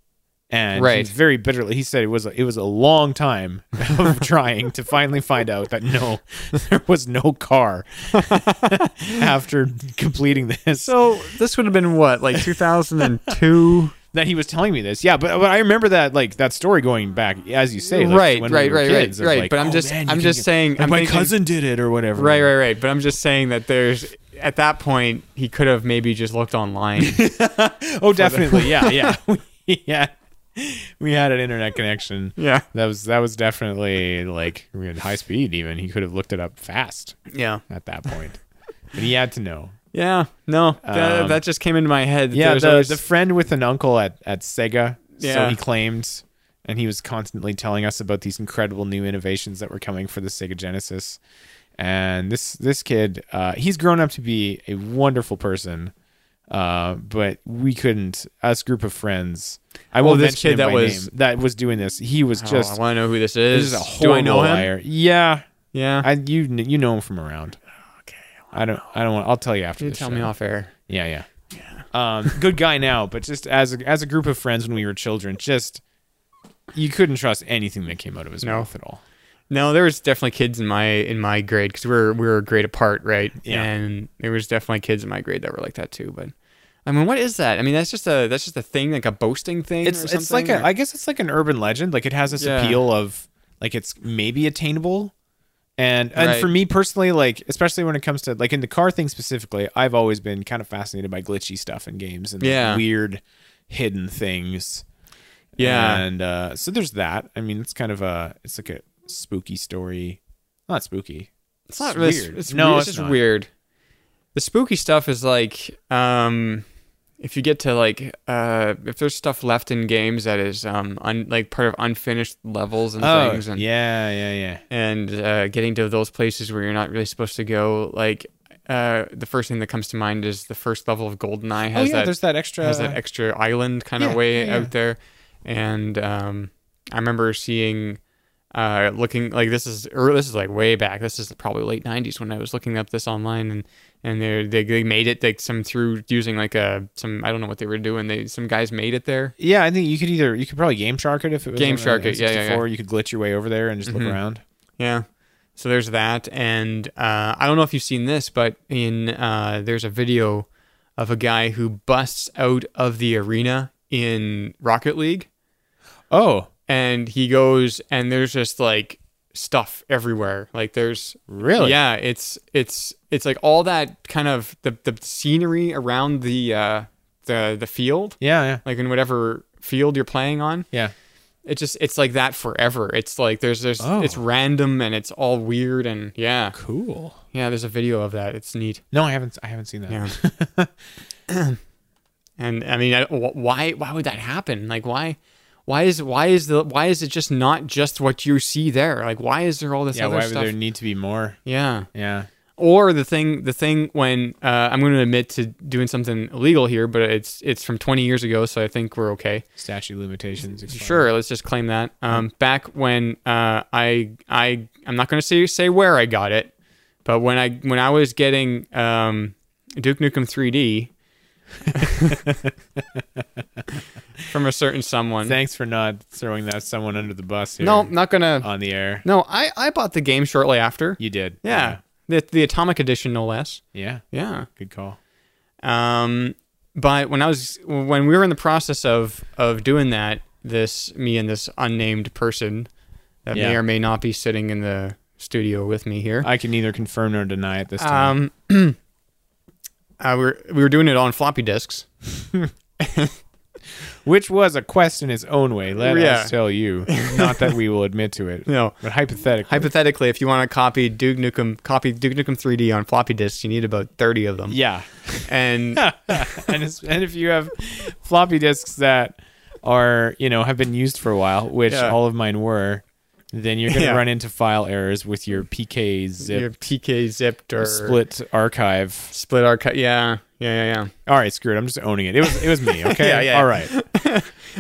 Speaker 5: And
Speaker 1: Right.
Speaker 5: he's very bitterly he said it was a, it was a long time of trying to finally find out that no there was no car after completing this.
Speaker 1: So this would have been what like 2002.
Speaker 5: that he was telling me this. Yeah, but, but I remember that like that story going back as you say like,
Speaker 1: right,
Speaker 5: when we
Speaker 1: right,
Speaker 5: were
Speaker 1: right,
Speaker 5: kids, of
Speaker 1: right, right.
Speaker 5: like,
Speaker 1: but
Speaker 5: "Oh,
Speaker 1: I'm just,
Speaker 5: man, you
Speaker 1: I'm
Speaker 5: can
Speaker 1: just
Speaker 5: get-
Speaker 1: saying,
Speaker 5: like,
Speaker 1: I'm
Speaker 5: my
Speaker 1: thinking-
Speaker 5: cousin did it or whatever.
Speaker 1: Right, right, right. But I'm just saying that there's at that point he could have maybe just looked online.
Speaker 5: Oh, definitely. Yeah, yeah. We had we had an internet connection.
Speaker 1: Yeah.
Speaker 5: that was that was definitely like we had high speed. Even he could have looked it up fast.
Speaker 1: Yeah.
Speaker 5: at that point, but he had to know.
Speaker 1: yeah, no, that,
Speaker 5: Um,
Speaker 1: that just came into my head. that
Speaker 5: Yeah,
Speaker 1: there's
Speaker 5: the,
Speaker 1: always-
Speaker 5: the friend with an uncle at at Sega.
Speaker 1: Yeah.
Speaker 5: so he claimed, and he was constantly telling us about these incredible new innovations that were coming for the Sega Genesis. And this this kid, uh, he's grown up to be a wonderful person. Uh, but we couldn't. Us group of friends. I
Speaker 1: Oh,
Speaker 5: will
Speaker 1: this
Speaker 5: mention
Speaker 1: kid
Speaker 5: him
Speaker 1: that
Speaker 5: by
Speaker 1: was-
Speaker 5: name, that was doing this. He was
Speaker 1: Oh,
Speaker 5: just.
Speaker 1: I want to know who this is.
Speaker 5: This is a
Speaker 1: Do
Speaker 5: horrible
Speaker 1: I know him?
Speaker 5: liar. Yeah,
Speaker 1: Yeah.
Speaker 5: I you kn- you know him from around. Okay, I don't I don't want. I'll tell you after.
Speaker 1: You
Speaker 5: the
Speaker 1: tell
Speaker 5: show.
Speaker 1: me off air.
Speaker 5: Yeah, yeah. Um, good guy now, but just as a, as a group of friends when we were children, just you couldn't trust anything that came out of his
Speaker 1: No.
Speaker 5: mouth at all.
Speaker 1: No, there was definitely kids in my in my grade because we were we were a grade apart, right?
Speaker 5: Yeah.
Speaker 1: And there was definitely kids in my grade that were like that too. But I mean, what is that? I mean, that's just a that's just a thing, like a boasting thing.
Speaker 5: It's
Speaker 1: or
Speaker 5: it's like
Speaker 1: something,
Speaker 5: a
Speaker 1: or-
Speaker 5: I guess it's like an urban legend. Like it has this
Speaker 1: Yeah.
Speaker 5: appeal of like it's maybe attainable. And and
Speaker 1: Right.
Speaker 5: for me personally, like especially when it comes to like in the car thing specifically, I've always been kind of fascinated by glitchy stuff in games and like,
Speaker 1: Yeah.
Speaker 5: weird hidden things.
Speaker 1: Yeah.
Speaker 5: And uh, so there's that. I mean, it's kind of a it's like a spooky story. Not spooky.
Speaker 1: It's not really.
Speaker 5: weird.
Speaker 1: It's,
Speaker 5: No,
Speaker 1: weird.
Speaker 5: it's
Speaker 1: just
Speaker 5: not.
Speaker 1: weird. The spooky stuff is like, um, if you get to like, uh, if there's stuff left in games that is um, un, like part of unfinished levels and
Speaker 5: Oh,
Speaker 1: things, and
Speaker 5: yeah, yeah, yeah.
Speaker 1: and uh, getting to those places where you're not really supposed to go, like. Uh, the first thing that comes to mind is the first level of Goldeneye has
Speaker 5: Oh, yeah,
Speaker 1: that
Speaker 5: there's that extra-
Speaker 1: has that extra island kind
Speaker 5: Yeah,
Speaker 1: of way
Speaker 5: yeah, yeah.
Speaker 1: out there, and um, I remember seeing uh, looking like this is or this is like way back. This is probably late '90s when I was looking up this online, and and they they they made it like some through using like a some I don't know what they were doing. They some guys made it there.
Speaker 5: Yeah, I think you could either you could probably game shark it if it was
Speaker 1: Game
Speaker 5: on a
Speaker 1: Shark it, yeah, yeah,
Speaker 5: N64.
Speaker 1: yeah.
Speaker 5: You could glitch your way over there and just
Speaker 1: Mhm.
Speaker 5: look around.
Speaker 1: Yeah. So there's that, and uh, I don't know if you've seen this, but in uh, there's a video of a guy who busts out of the arena in Rocket League.
Speaker 5: Oh,
Speaker 1: and he goes and there's just like stuff everywhere like there's
Speaker 5: Really?
Speaker 1: yeah it's it's it's like all that kind of the, the scenery around the uh the the field
Speaker 5: yeah yeah
Speaker 1: like in whatever field you're playing on
Speaker 5: yeah.
Speaker 1: it just it's like that forever it's like there's there's
Speaker 5: Oh.
Speaker 1: it's random and it's all weird and yeah
Speaker 5: Cool.
Speaker 1: yeah there's a video of that it's neat
Speaker 5: No, I haven't. I haven't seen that.
Speaker 1: Yeah. And I mean, I, wh- why why would that happen? Like why why is why is the why is it just not just what you see there? Like why is there all this
Speaker 5: Yeah,
Speaker 1: other
Speaker 5: why would
Speaker 1: stuff?
Speaker 5: there need to be more?
Speaker 1: yeah.
Speaker 5: Yeah.
Speaker 1: Or the thing the thing when uh, I'm going to admit to doing something illegal here, but it's it's from 20 years ago, so I think we're okay.
Speaker 5: Statute limitations. expired.
Speaker 1: Sure, let's just claim that. Um, back when uh, I I I'm not going to say say where I got it, but when I when I was getting um, Duke Nukem 3D, From a certain someone.
Speaker 5: Thanks for not throwing that someone under the bus here.
Speaker 1: No, not gonna
Speaker 5: on the air.
Speaker 1: No, I I bought the game shortly after.
Speaker 5: You did.
Speaker 1: Uh, Yeah. The the Atomic Edition no less.
Speaker 5: Yeah.
Speaker 1: Yeah.
Speaker 5: Good call.
Speaker 1: Um but when I was when we were in the process of of doing that, this me and this unnamed person that may
Speaker 5: Yeah.
Speaker 1: or may not be sitting in the studio with me here.
Speaker 5: I can neither confirm nor deny at this time.
Speaker 1: Um, uh, we were we were doing it on floppy disks.
Speaker 5: Which was a quest in its own way, let
Speaker 1: Yeah.
Speaker 5: us tell you. Not that we will admit to it.
Speaker 1: No.
Speaker 5: But hypothetically.
Speaker 1: Hypothetically, if you want to copy Duke Nukem, copy Duke Nukem 3D on floppy disks, you need about 30 of them.
Speaker 5: Yeah.
Speaker 1: and
Speaker 5: and, it's, and if you have floppy disks that are, you know, have been used for a while, which
Speaker 1: Yeah.
Speaker 5: all of mine were, then you're going to
Speaker 1: Yeah.
Speaker 5: run into file errors with your PK zip
Speaker 1: your PK zipped or
Speaker 5: split archive.
Speaker 1: split archive. Yeah, yeah, yeah, yeah.
Speaker 5: All right, screw it. I'm just owning it. It was it was me. Okay.
Speaker 1: Yeah, yeah. Um,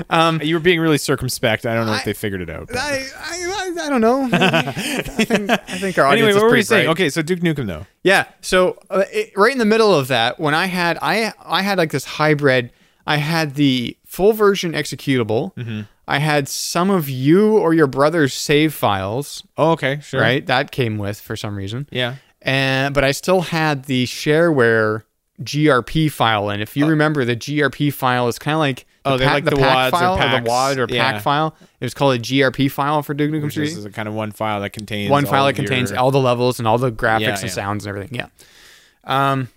Speaker 5: All right. you were being really circumspect. I don't know if
Speaker 1: I-
Speaker 5: they figured it out. but-
Speaker 1: I, I, I- I don't know. I think, I think our audience
Speaker 5: anyway,
Speaker 1: is
Speaker 5: what were
Speaker 1: pretty
Speaker 5: we saying?
Speaker 1: bright.
Speaker 5: Okay, so Duke Nukem though.
Speaker 1: Yeah. So uh, it, right in the middle of that, when I had I I had like this hybrid. I had the full version executable.
Speaker 5: Mm-hmm.
Speaker 1: I had some of you or your brother's save files.
Speaker 5: Oh, okay, sure.
Speaker 1: Right, that came with for some reason.
Speaker 5: Yeah.
Speaker 1: And but I still had the shareware GRP file, and if you remember, the GRP file is kind of like
Speaker 5: Oh, they're
Speaker 1: pack-
Speaker 5: like the
Speaker 1: pack
Speaker 5: WADs or
Speaker 1: file the
Speaker 5: packs.
Speaker 1: WAD or
Speaker 5: Yeah.
Speaker 1: pack file. It was called a GRP file for Duke Nukem
Speaker 5: Which
Speaker 1: 3
Speaker 5: is a kind of one file that contains
Speaker 1: one
Speaker 5: all
Speaker 1: file that
Speaker 5: of your-
Speaker 1: contains all the levels and all the graphics
Speaker 5: Yeah,
Speaker 1: and
Speaker 5: yeah.
Speaker 1: sounds and everything. Yeah. Um.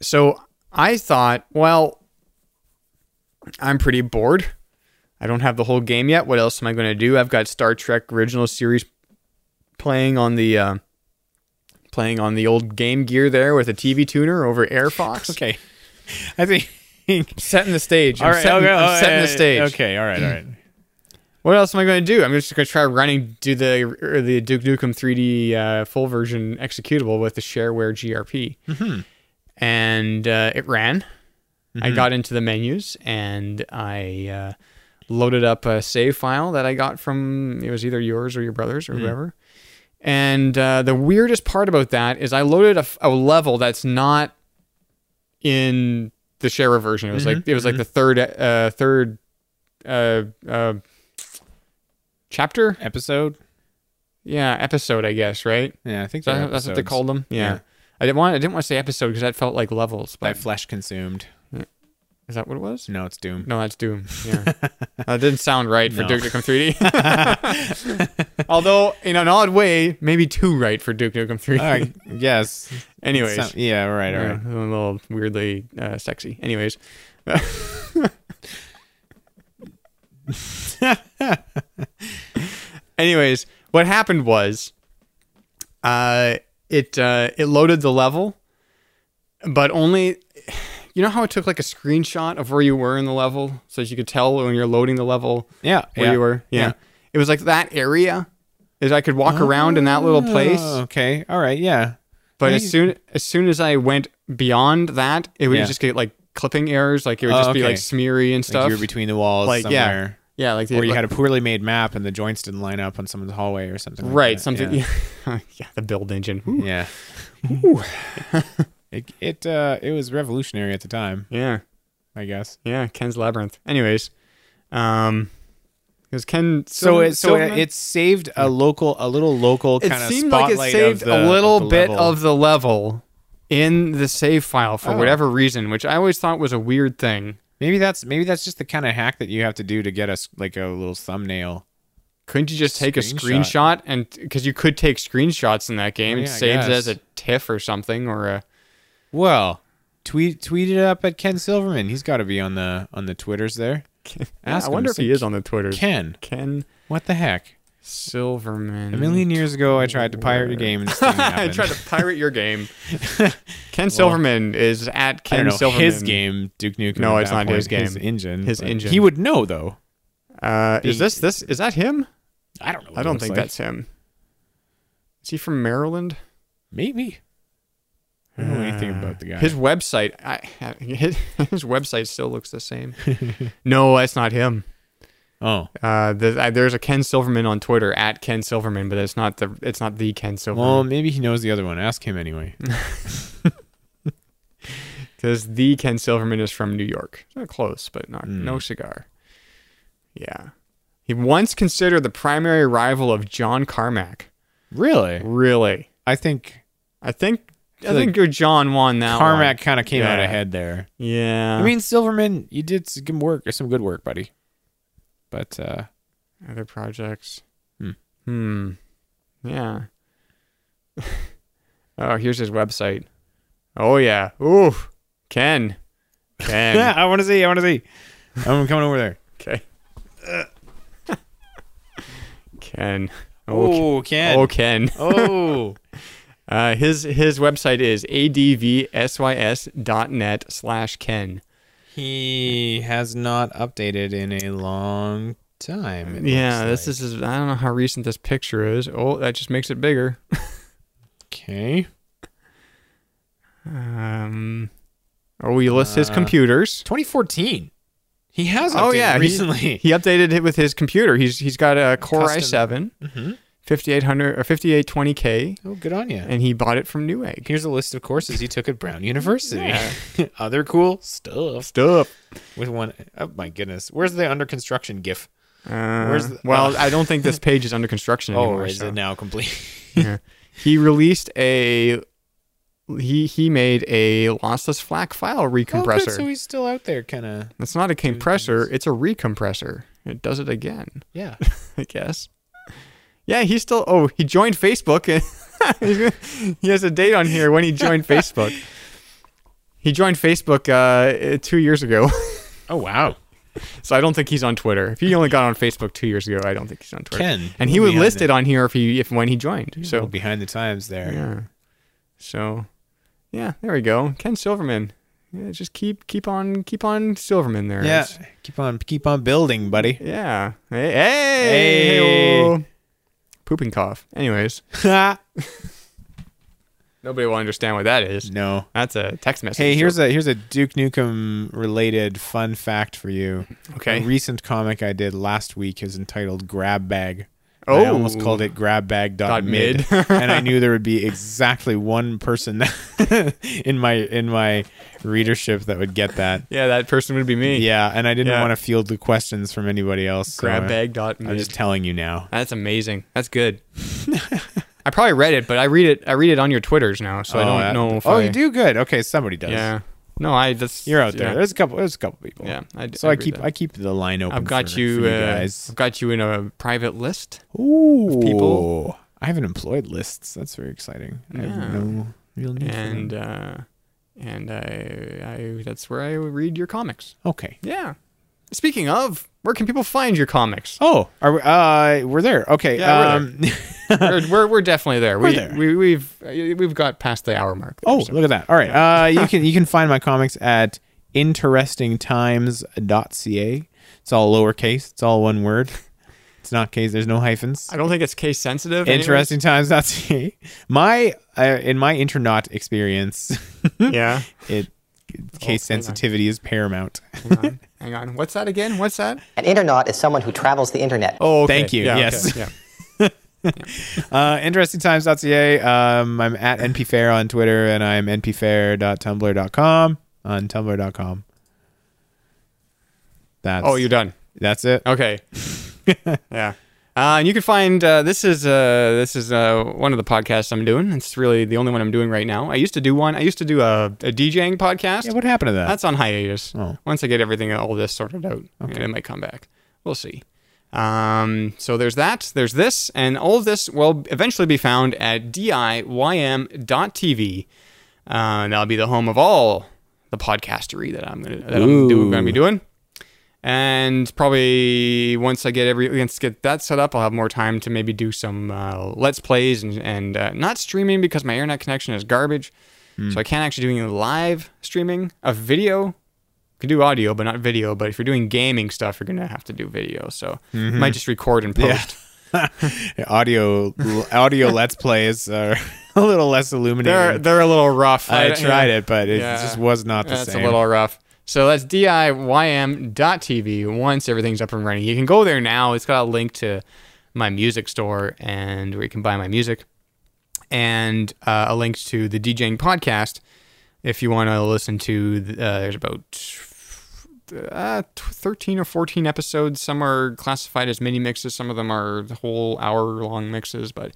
Speaker 1: So I thought, well, I'm pretty bored. I don't have the whole game yet. What else am I going to do? I've got Star Trek original series playing on the uh, playing on the old Game Gear there with a TV tuner over Air Fox.
Speaker 5: Okay. I think.
Speaker 1: setting the stage. I'm
Speaker 5: all right.
Speaker 1: setting,
Speaker 5: okay,
Speaker 1: I'm
Speaker 5: oh,
Speaker 1: setting the
Speaker 5: yeah,
Speaker 1: stage.
Speaker 5: Okay. All right. All right.
Speaker 1: What else am I going to do? I'm just going to try running do the or the Duke Nukem 3D uh, full version executable with the shareware GRP, and uh, it ran. I got into the menus and I uh, loaded up a save file that I got from it was either yours or your brother's or whoever. And uh, the weirdest part about that is I loaded a, f- a level that's not in the shareware version. It was like it was like the third uh, third uh, uh, chapter.
Speaker 5: Episode.
Speaker 1: Yeah, episode, I guess, right?
Speaker 5: Yeah, I think
Speaker 1: Is that-
Speaker 5: they're
Speaker 1: that's what they
Speaker 5: episodes.
Speaker 1: called them. Yeah.
Speaker 5: Yeah.
Speaker 1: I didn't want I didn't want to say episode because that felt like levels.
Speaker 5: By
Speaker 1: But
Speaker 5: flesh consumed.
Speaker 1: is that what it was?
Speaker 5: No, it's Doom.
Speaker 1: No, that's Doom. Yeah, that didn't sound right for
Speaker 5: No.
Speaker 1: Duke Nukem 3D. Although in an odd way, maybe too right for Duke Nukem 3D.
Speaker 5: All right. Yes.
Speaker 1: Anyways,
Speaker 5: So- yeah. All right. All
Speaker 1: Yeah,
Speaker 5: right.
Speaker 1: a little weirdly uh, sexy. Anyways, anyways, what happened was, uh, it uh, it loaded the level, but only. You know how it took like a screenshot of where you were in the level, so that you could tell when you're loading the level
Speaker 5: Yeah.
Speaker 1: where
Speaker 5: yeah,
Speaker 1: you were. Yeah. it was like that area, is I could walk around in that little place.
Speaker 5: Oh, okay. All right. Yeah.
Speaker 1: But
Speaker 5: Yeah,
Speaker 1: as
Speaker 5: you-
Speaker 1: soon as soon as I went beyond that, it would
Speaker 5: Yeah.
Speaker 1: just get like clipping errors, like it would
Speaker 5: Oh,
Speaker 1: just be
Speaker 5: okay.
Speaker 1: like smeary and
Speaker 5: Like
Speaker 1: stuff.
Speaker 5: you were between the walls
Speaker 1: Like, yeah.
Speaker 5: somewhere.
Speaker 1: yeah, like the-
Speaker 5: Or you
Speaker 1: like-
Speaker 5: had a poorly made map and the joints didn't line up on someone's hallway or something. like
Speaker 1: right
Speaker 5: that.
Speaker 1: something.
Speaker 5: Yeah.
Speaker 1: Yeah. the build engine. Ooh.
Speaker 5: Yeah. it it uh it was revolutionary at the time,
Speaker 1: yeah,
Speaker 5: I guess.
Speaker 1: yeah. Ken's labyrinth. Anyways, um, because Ken.
Speaker 5: So
Speaker 1: Sil-
Speaker 5: it so it,
Speaker 1: Silverman?
Speaker 5: it saved a local a little local
Speaker 1: It
Speaker 5: kind of
Speaker 1: seemed like
Speaker 5: spotlight
Speaker 1: it saved
Speaker 5: of the,
Speaker 1: a little
Speaker 5: of the
Speaker 1: bit
Speaker 5: level.
Speaker 1: of the level in the save file for
Speaker 5: Oh.
Speaker 1: whatever reason, which I always thought was a weird thing.
Speaker 5: maybe that's maybe that's just the kind of hack that you have to do to get us like a little thumbnail.
Speaker 1: Couldn't you just take
Speaker 5: Screenshot.
Speaker 1: a screenshot and because you could take screenshots in that game,
Speaker 5: Oh, yeah, I
Speaker 1: saves it as
Speaker 5: guess.
Speaker 1: a TIFF or something or a
Speaker 5: Well, tweet tweet it up at Ken Silverman. He's got to be on the on the twitters there. Ask
Speaker 1: I
Speaker 5: him,
Speaker 1: wonder if
Speaker 5: say,
Speaker 1: he is on the Twitter.
Speaker 5: Ken.
Speaker 1: Ken
Speaker 5: What the heck?
Speaker 1: Silverman.
Speaker 5: A million years ago, I tried to pirate a game. And this thing
Speaker 1: I
Speaker 5: happened.
Speaker 1: tried to pirate your game. Ken Silverman is at
Speaker 5: I
Speaker 1: Ken
Speaker 5: don't know
Speaker 1: Silverman.
Speaker 5: his game, Duke Nukem.
Speaker 1: No,
Speaker 5: at
Speaker 1: it's
Speaker 5: that
Speaker 1: not his
Speaker 5: point, His
Speaker 1: game.
Speaker 5: engine.
Speaker 1: His
Speaker 5: but
Speaker 1: engine.
Speaker 5: He would know though.
Speaker 1: Uh,
Speaker 5: being-
Speaker 1: is this this is that him?
Speaker 5: I don't know. what
Speaker 1: I
Speaker 5: it
Speaker 1: don't
Speaker 5: looks
Speaker 1: think
Speaker 5: like.
Speaker 1: that's him. Is he from Maryland?
Speaker 5: maybe. I don't know anything about the guy.
Speaker 1: His website, I, his, his website still looks the same. no, that's not him.
Speaker 5: oh,
Speaker 1: Uh, the, I, there's a Ken Silverman on Twitter at Ken Silverman, but it's not the it's not the Ken Silverman.
Speaker 5: well, maybe he knows the other one. Ask him anyway.
Speaker 1: Because the Ken Silverman is from New York. Not close, but not
Speaker 5: Hmm.
Speaker 1: no cigar. Yeah. He once considered the primary rival of John Carmack.
Speaker 5: Really?
Speaker 1: Really.
Speaker 5: I think
Speaker 1: I think I,
Speaker 5: feel
Speaker 1: think your John won that
Speaker 5: Carmack
Speaker 1: one.
Speaker 5: kind of came out
Speaker 1: Yeah. Uh-huh.
Speaker 5: ahead there.
Speaker 1: Yeah.
Speaker 5: I mean, Silverman, you did some good work, some good work, buddy. But uh,
Speaker 1: other projects.
Speaker 5: Hmm.
Speaker 1: Hmm. Yeah. oh, here's his website. Oh yeah. Ooh. Ken. Ken.
Speaker 5: yeah, I want to see. I want to see. I'm coming over there.
Speaker 1: Okay. Ken.
Speaker 5: Oh, Ken.
Speaker 1: Oh, Ken.
Speaker 5: Oh.
Speaker 1: uh, his his website is advsys.net slash Ken.
Speaker 5: He has not updated in a long time. it
Speaker 1: Yeah,
Speaker 5: looks
Speaker 1: this is his, I don't know how recent this picture is. Oh, that just makes it bigger.
Speaker 5: like. okay.
Speaker 1: Um, oh, he lists his
Speaker 5: Uh,
Speaker 1: computers.
Speaker 5: 2014. He has.
Speaker 1: Oh yeah, he-
Speaker 5: recently.
Speaker 1: He, updated it with his computer. He's he's got a Core
Speaker 5: Custom.
Speaker 1: i7,
Speaker 5: Mhm.
Speaker 1: 5800 or 5820K,
Speaker 5: oh, good on you.
Speaker 1: and he bought it from Newegg.
Speaker 5: Here's a list of courses he took at Brown University. Other cool stuff.
Speaker 1: Stuff.
Speaker 5: With one, oh my goodness. Where's the under construction GIF?
Speaker 1: Uh,
Speaker 5: Where's the-
Speaker 1: well,
Speaker 5: uh.
Speaker 1: I don't think this page is under construction
Speaker 5: Oh,
Speaker 1: anymore.
Speaker 5: is
Speaker 1: so-
Speaker 5: it now complete?
Speaker 1: yeah. He released a he he made a lossless FLAC file
Speaker 5: Oh, good,
Speaker 1: recompressor.
Speaker 5: so he's still out there, kind of.
Speaker 1: It's not a compressor, it's a recompressor. It does it again,
Speaker 5: Yeah.
Speaker 1: I guess. Yeah, he's still. Oh, he joined Facebook. and he has a date on here when he joined Facebook. He joined Facebook uh, uh, two years ago,
Speaker 5: Oh wow.
Speaker 1: so I don't think he's on Twitter. If he only got on Facebook two years ago, I don't think he's on Twitter.
Speaker 5: Ken,
Speaker 1: and he
Speaker 5: we'll
Speaker 1: would
Speaker 5: be on
Speaker 1: list
Speaker 5: it.
Speaker 1: it on here if he if when he joined.
Speaker 5: So
Speaker 1: So
Speaker 5: Mm-hmm. behind the times there.
Speaker 1: yeah, so yeah, there we go. Ken Silverman. Yeah, just keep keep on keep on Silverman there.
Speaker 5: Yeah.
Speaker 1: It's-
Speaker 5: Keep on keep on building, buddy.
Speaker 1: Yeah. Hey. Hey. hey-o. Pooping cough. Anyways, nobody will understand what that is.
Speaker 5: no.
Speaker 1: That's a text message.
Speaker 5: Hey, here's a here's a Duke Nukem related fun fact for you.
Speaker 1: Okay.
Speaker 5: A recent comic I did last week is entitled Grab Bag. I
Speaker 1: Oh.
Speaker 5: almost called it
Speaker 1: Dot
Speaker 5: grabbag.mid
Speaker 1: mid.
Speaker 5: and I knew there would be exactly one person that in my in my readership that would get that.
Speaker 1: Yeah, that person would be me.
Speaker 5: Yeah, and I didn't
Speaker 1: Yeah.
Speaker 5: want to field the questions from anybody else. so I-
Speaker 1: Grabbag.mid.
Speaker 5: I'm just telling you now.
Speaker 1: That's amazing. That's good. I probably read it, but I read it. I read it on your Twitters now, so I don't
Speaker 5: that-
Speaker 1: know. If
Speaker 5: oh,
Speaker 1: I,
Speaker 5: you do good. Okay, somebody does.
Speaker 1: Yeah. No, I. That's
Speaker 5: You're out there.
Speaker 1: yeah.
Speaker 5: There's a couple. There's a couple people.
Speaker 1: Yeah, I d-
Speaker 5: so
Speaker 1: I
Speaker 5: I,
Speaker 1: agree
Speaker 5: keep
Speaker 1: with that.
Speaker 5: I keep the line open.
Speaker 1: I've got
Speaker 5: for-
Speaker 1: you. uh,
Speaker 5: for guys.
Speaker 1: I've got you in a private list.
Speaker 5: Ooh,
Speaker 1: people.
Speaker 5: I have an employed lists. That's very exciting. I
Speaker 1: Yeah.
Speaker 5: have no real need. for them.
Speaker 1: and uh, and I, I that's where I read your comics.
Speaker 5: okay.
Speaker 1: Yeah. Speaking of, where can people find your comics?
Speaker 5: Oh, are we, uh, we're there. Okay.
Speaker 1: Yeah,
Speaker 5: um,
Speaker 1: we're, we're, we're definitely there. we,
Speaker 5: there.
Speaker 1: We, we've uh, we've got past the hour mark.
Speaker 5: Oh, look at that. All right. Uh, you can you can find my comics at interestingtimes.ca. It's all lowercase. It's all one word. It's not case. There's no hyphens.
Speaker 1: I don't think it's case sensitive. anyways.
Speaker 5: interestingtimes.ca. My uh, in my internaut experience, Hmm.
Speaker 1: Yeah.
Speaker 5: it
Speaker 1: Oh,
Speaker 5: case sensitivity is paramount.
Speaker 1: Hang on. What's that again? What's that?
Speaker 3: An internaut is someone who travels the internet.
Speaker 1: Oh,
Speaker 5: Thank you.
Speaker 1: Yeah,
Speaker 5: Yes.
Speaker 1: okay, Yeah.
Speaker 5: uh, interestingtimes.ca. Um, I'm at npfair on Twitter, and I'm npfair.tumblr.com on tumblr.com. That's
Speaker 1: Oh, you're done. Oh.
Speaker 5: That's it.
Speaker 1: Okay. yeah. Uh, and you can find uh, this is uh, this is uh, one of the podcasts I'm doing. It's really the only one I'm doing right now. I used to do one. I used to do a, a DJing podcast.
Speaker 5: Yeah, what happened to that?
Speaker 1: That's on hiatus.
Speaker 5: Oh.
Speaker 1: Once I get everything, all this sorted out, it might come back. We'll see. Um, so there's that. There's this, and all of this will eventually be found at diym.tv. Uh, and that'll be the home of all the podcastery that I'm gonna that I'm do,
Speaker 5: Ooh.
Speaker 1: gonna be doing. And probably once I get every once I get that set up, I'll have more time to maybe do some uh, let's plays and, and uh, not streaming because my internet connection is garbage, so I can't actually do any live streaming of video. You can do audio, but not video. But if you're doing gaming stuff, you're gonna have to do video. So I might just record and post.
Speaker 5: audio audio let's plays are a little less illuminating.
Speaker 1: They're they're a little rough.
Speaker 5: I tried
Speaker 1: yeah.
Speaker 5: it, but it
Speaker 1: Yeah.
Speaker 5: just was not the
Speaker 1: that's
Speaker 5: same.
Speaker 1: a little rough. So that's DIYM.tv once everything's up and running. You can go there now. It's got a link to my music store and where you can buy my music and uh, a link to the DJing podcast if you want to listen to uh, there's about uh, 13 or 14 episodes some are classified as mini mixes some of them are whole hour long mixes but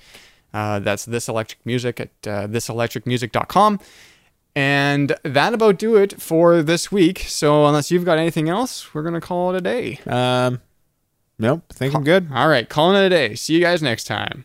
Speaker 1: uh, that's this electric music at uh, thiselectricmusic.com and that about do it for this week so unless you've got anything else we're gonna call it a day
Speaker 5: um nope i think i'm good
Speaker 1: all right calling it a day see you guys next time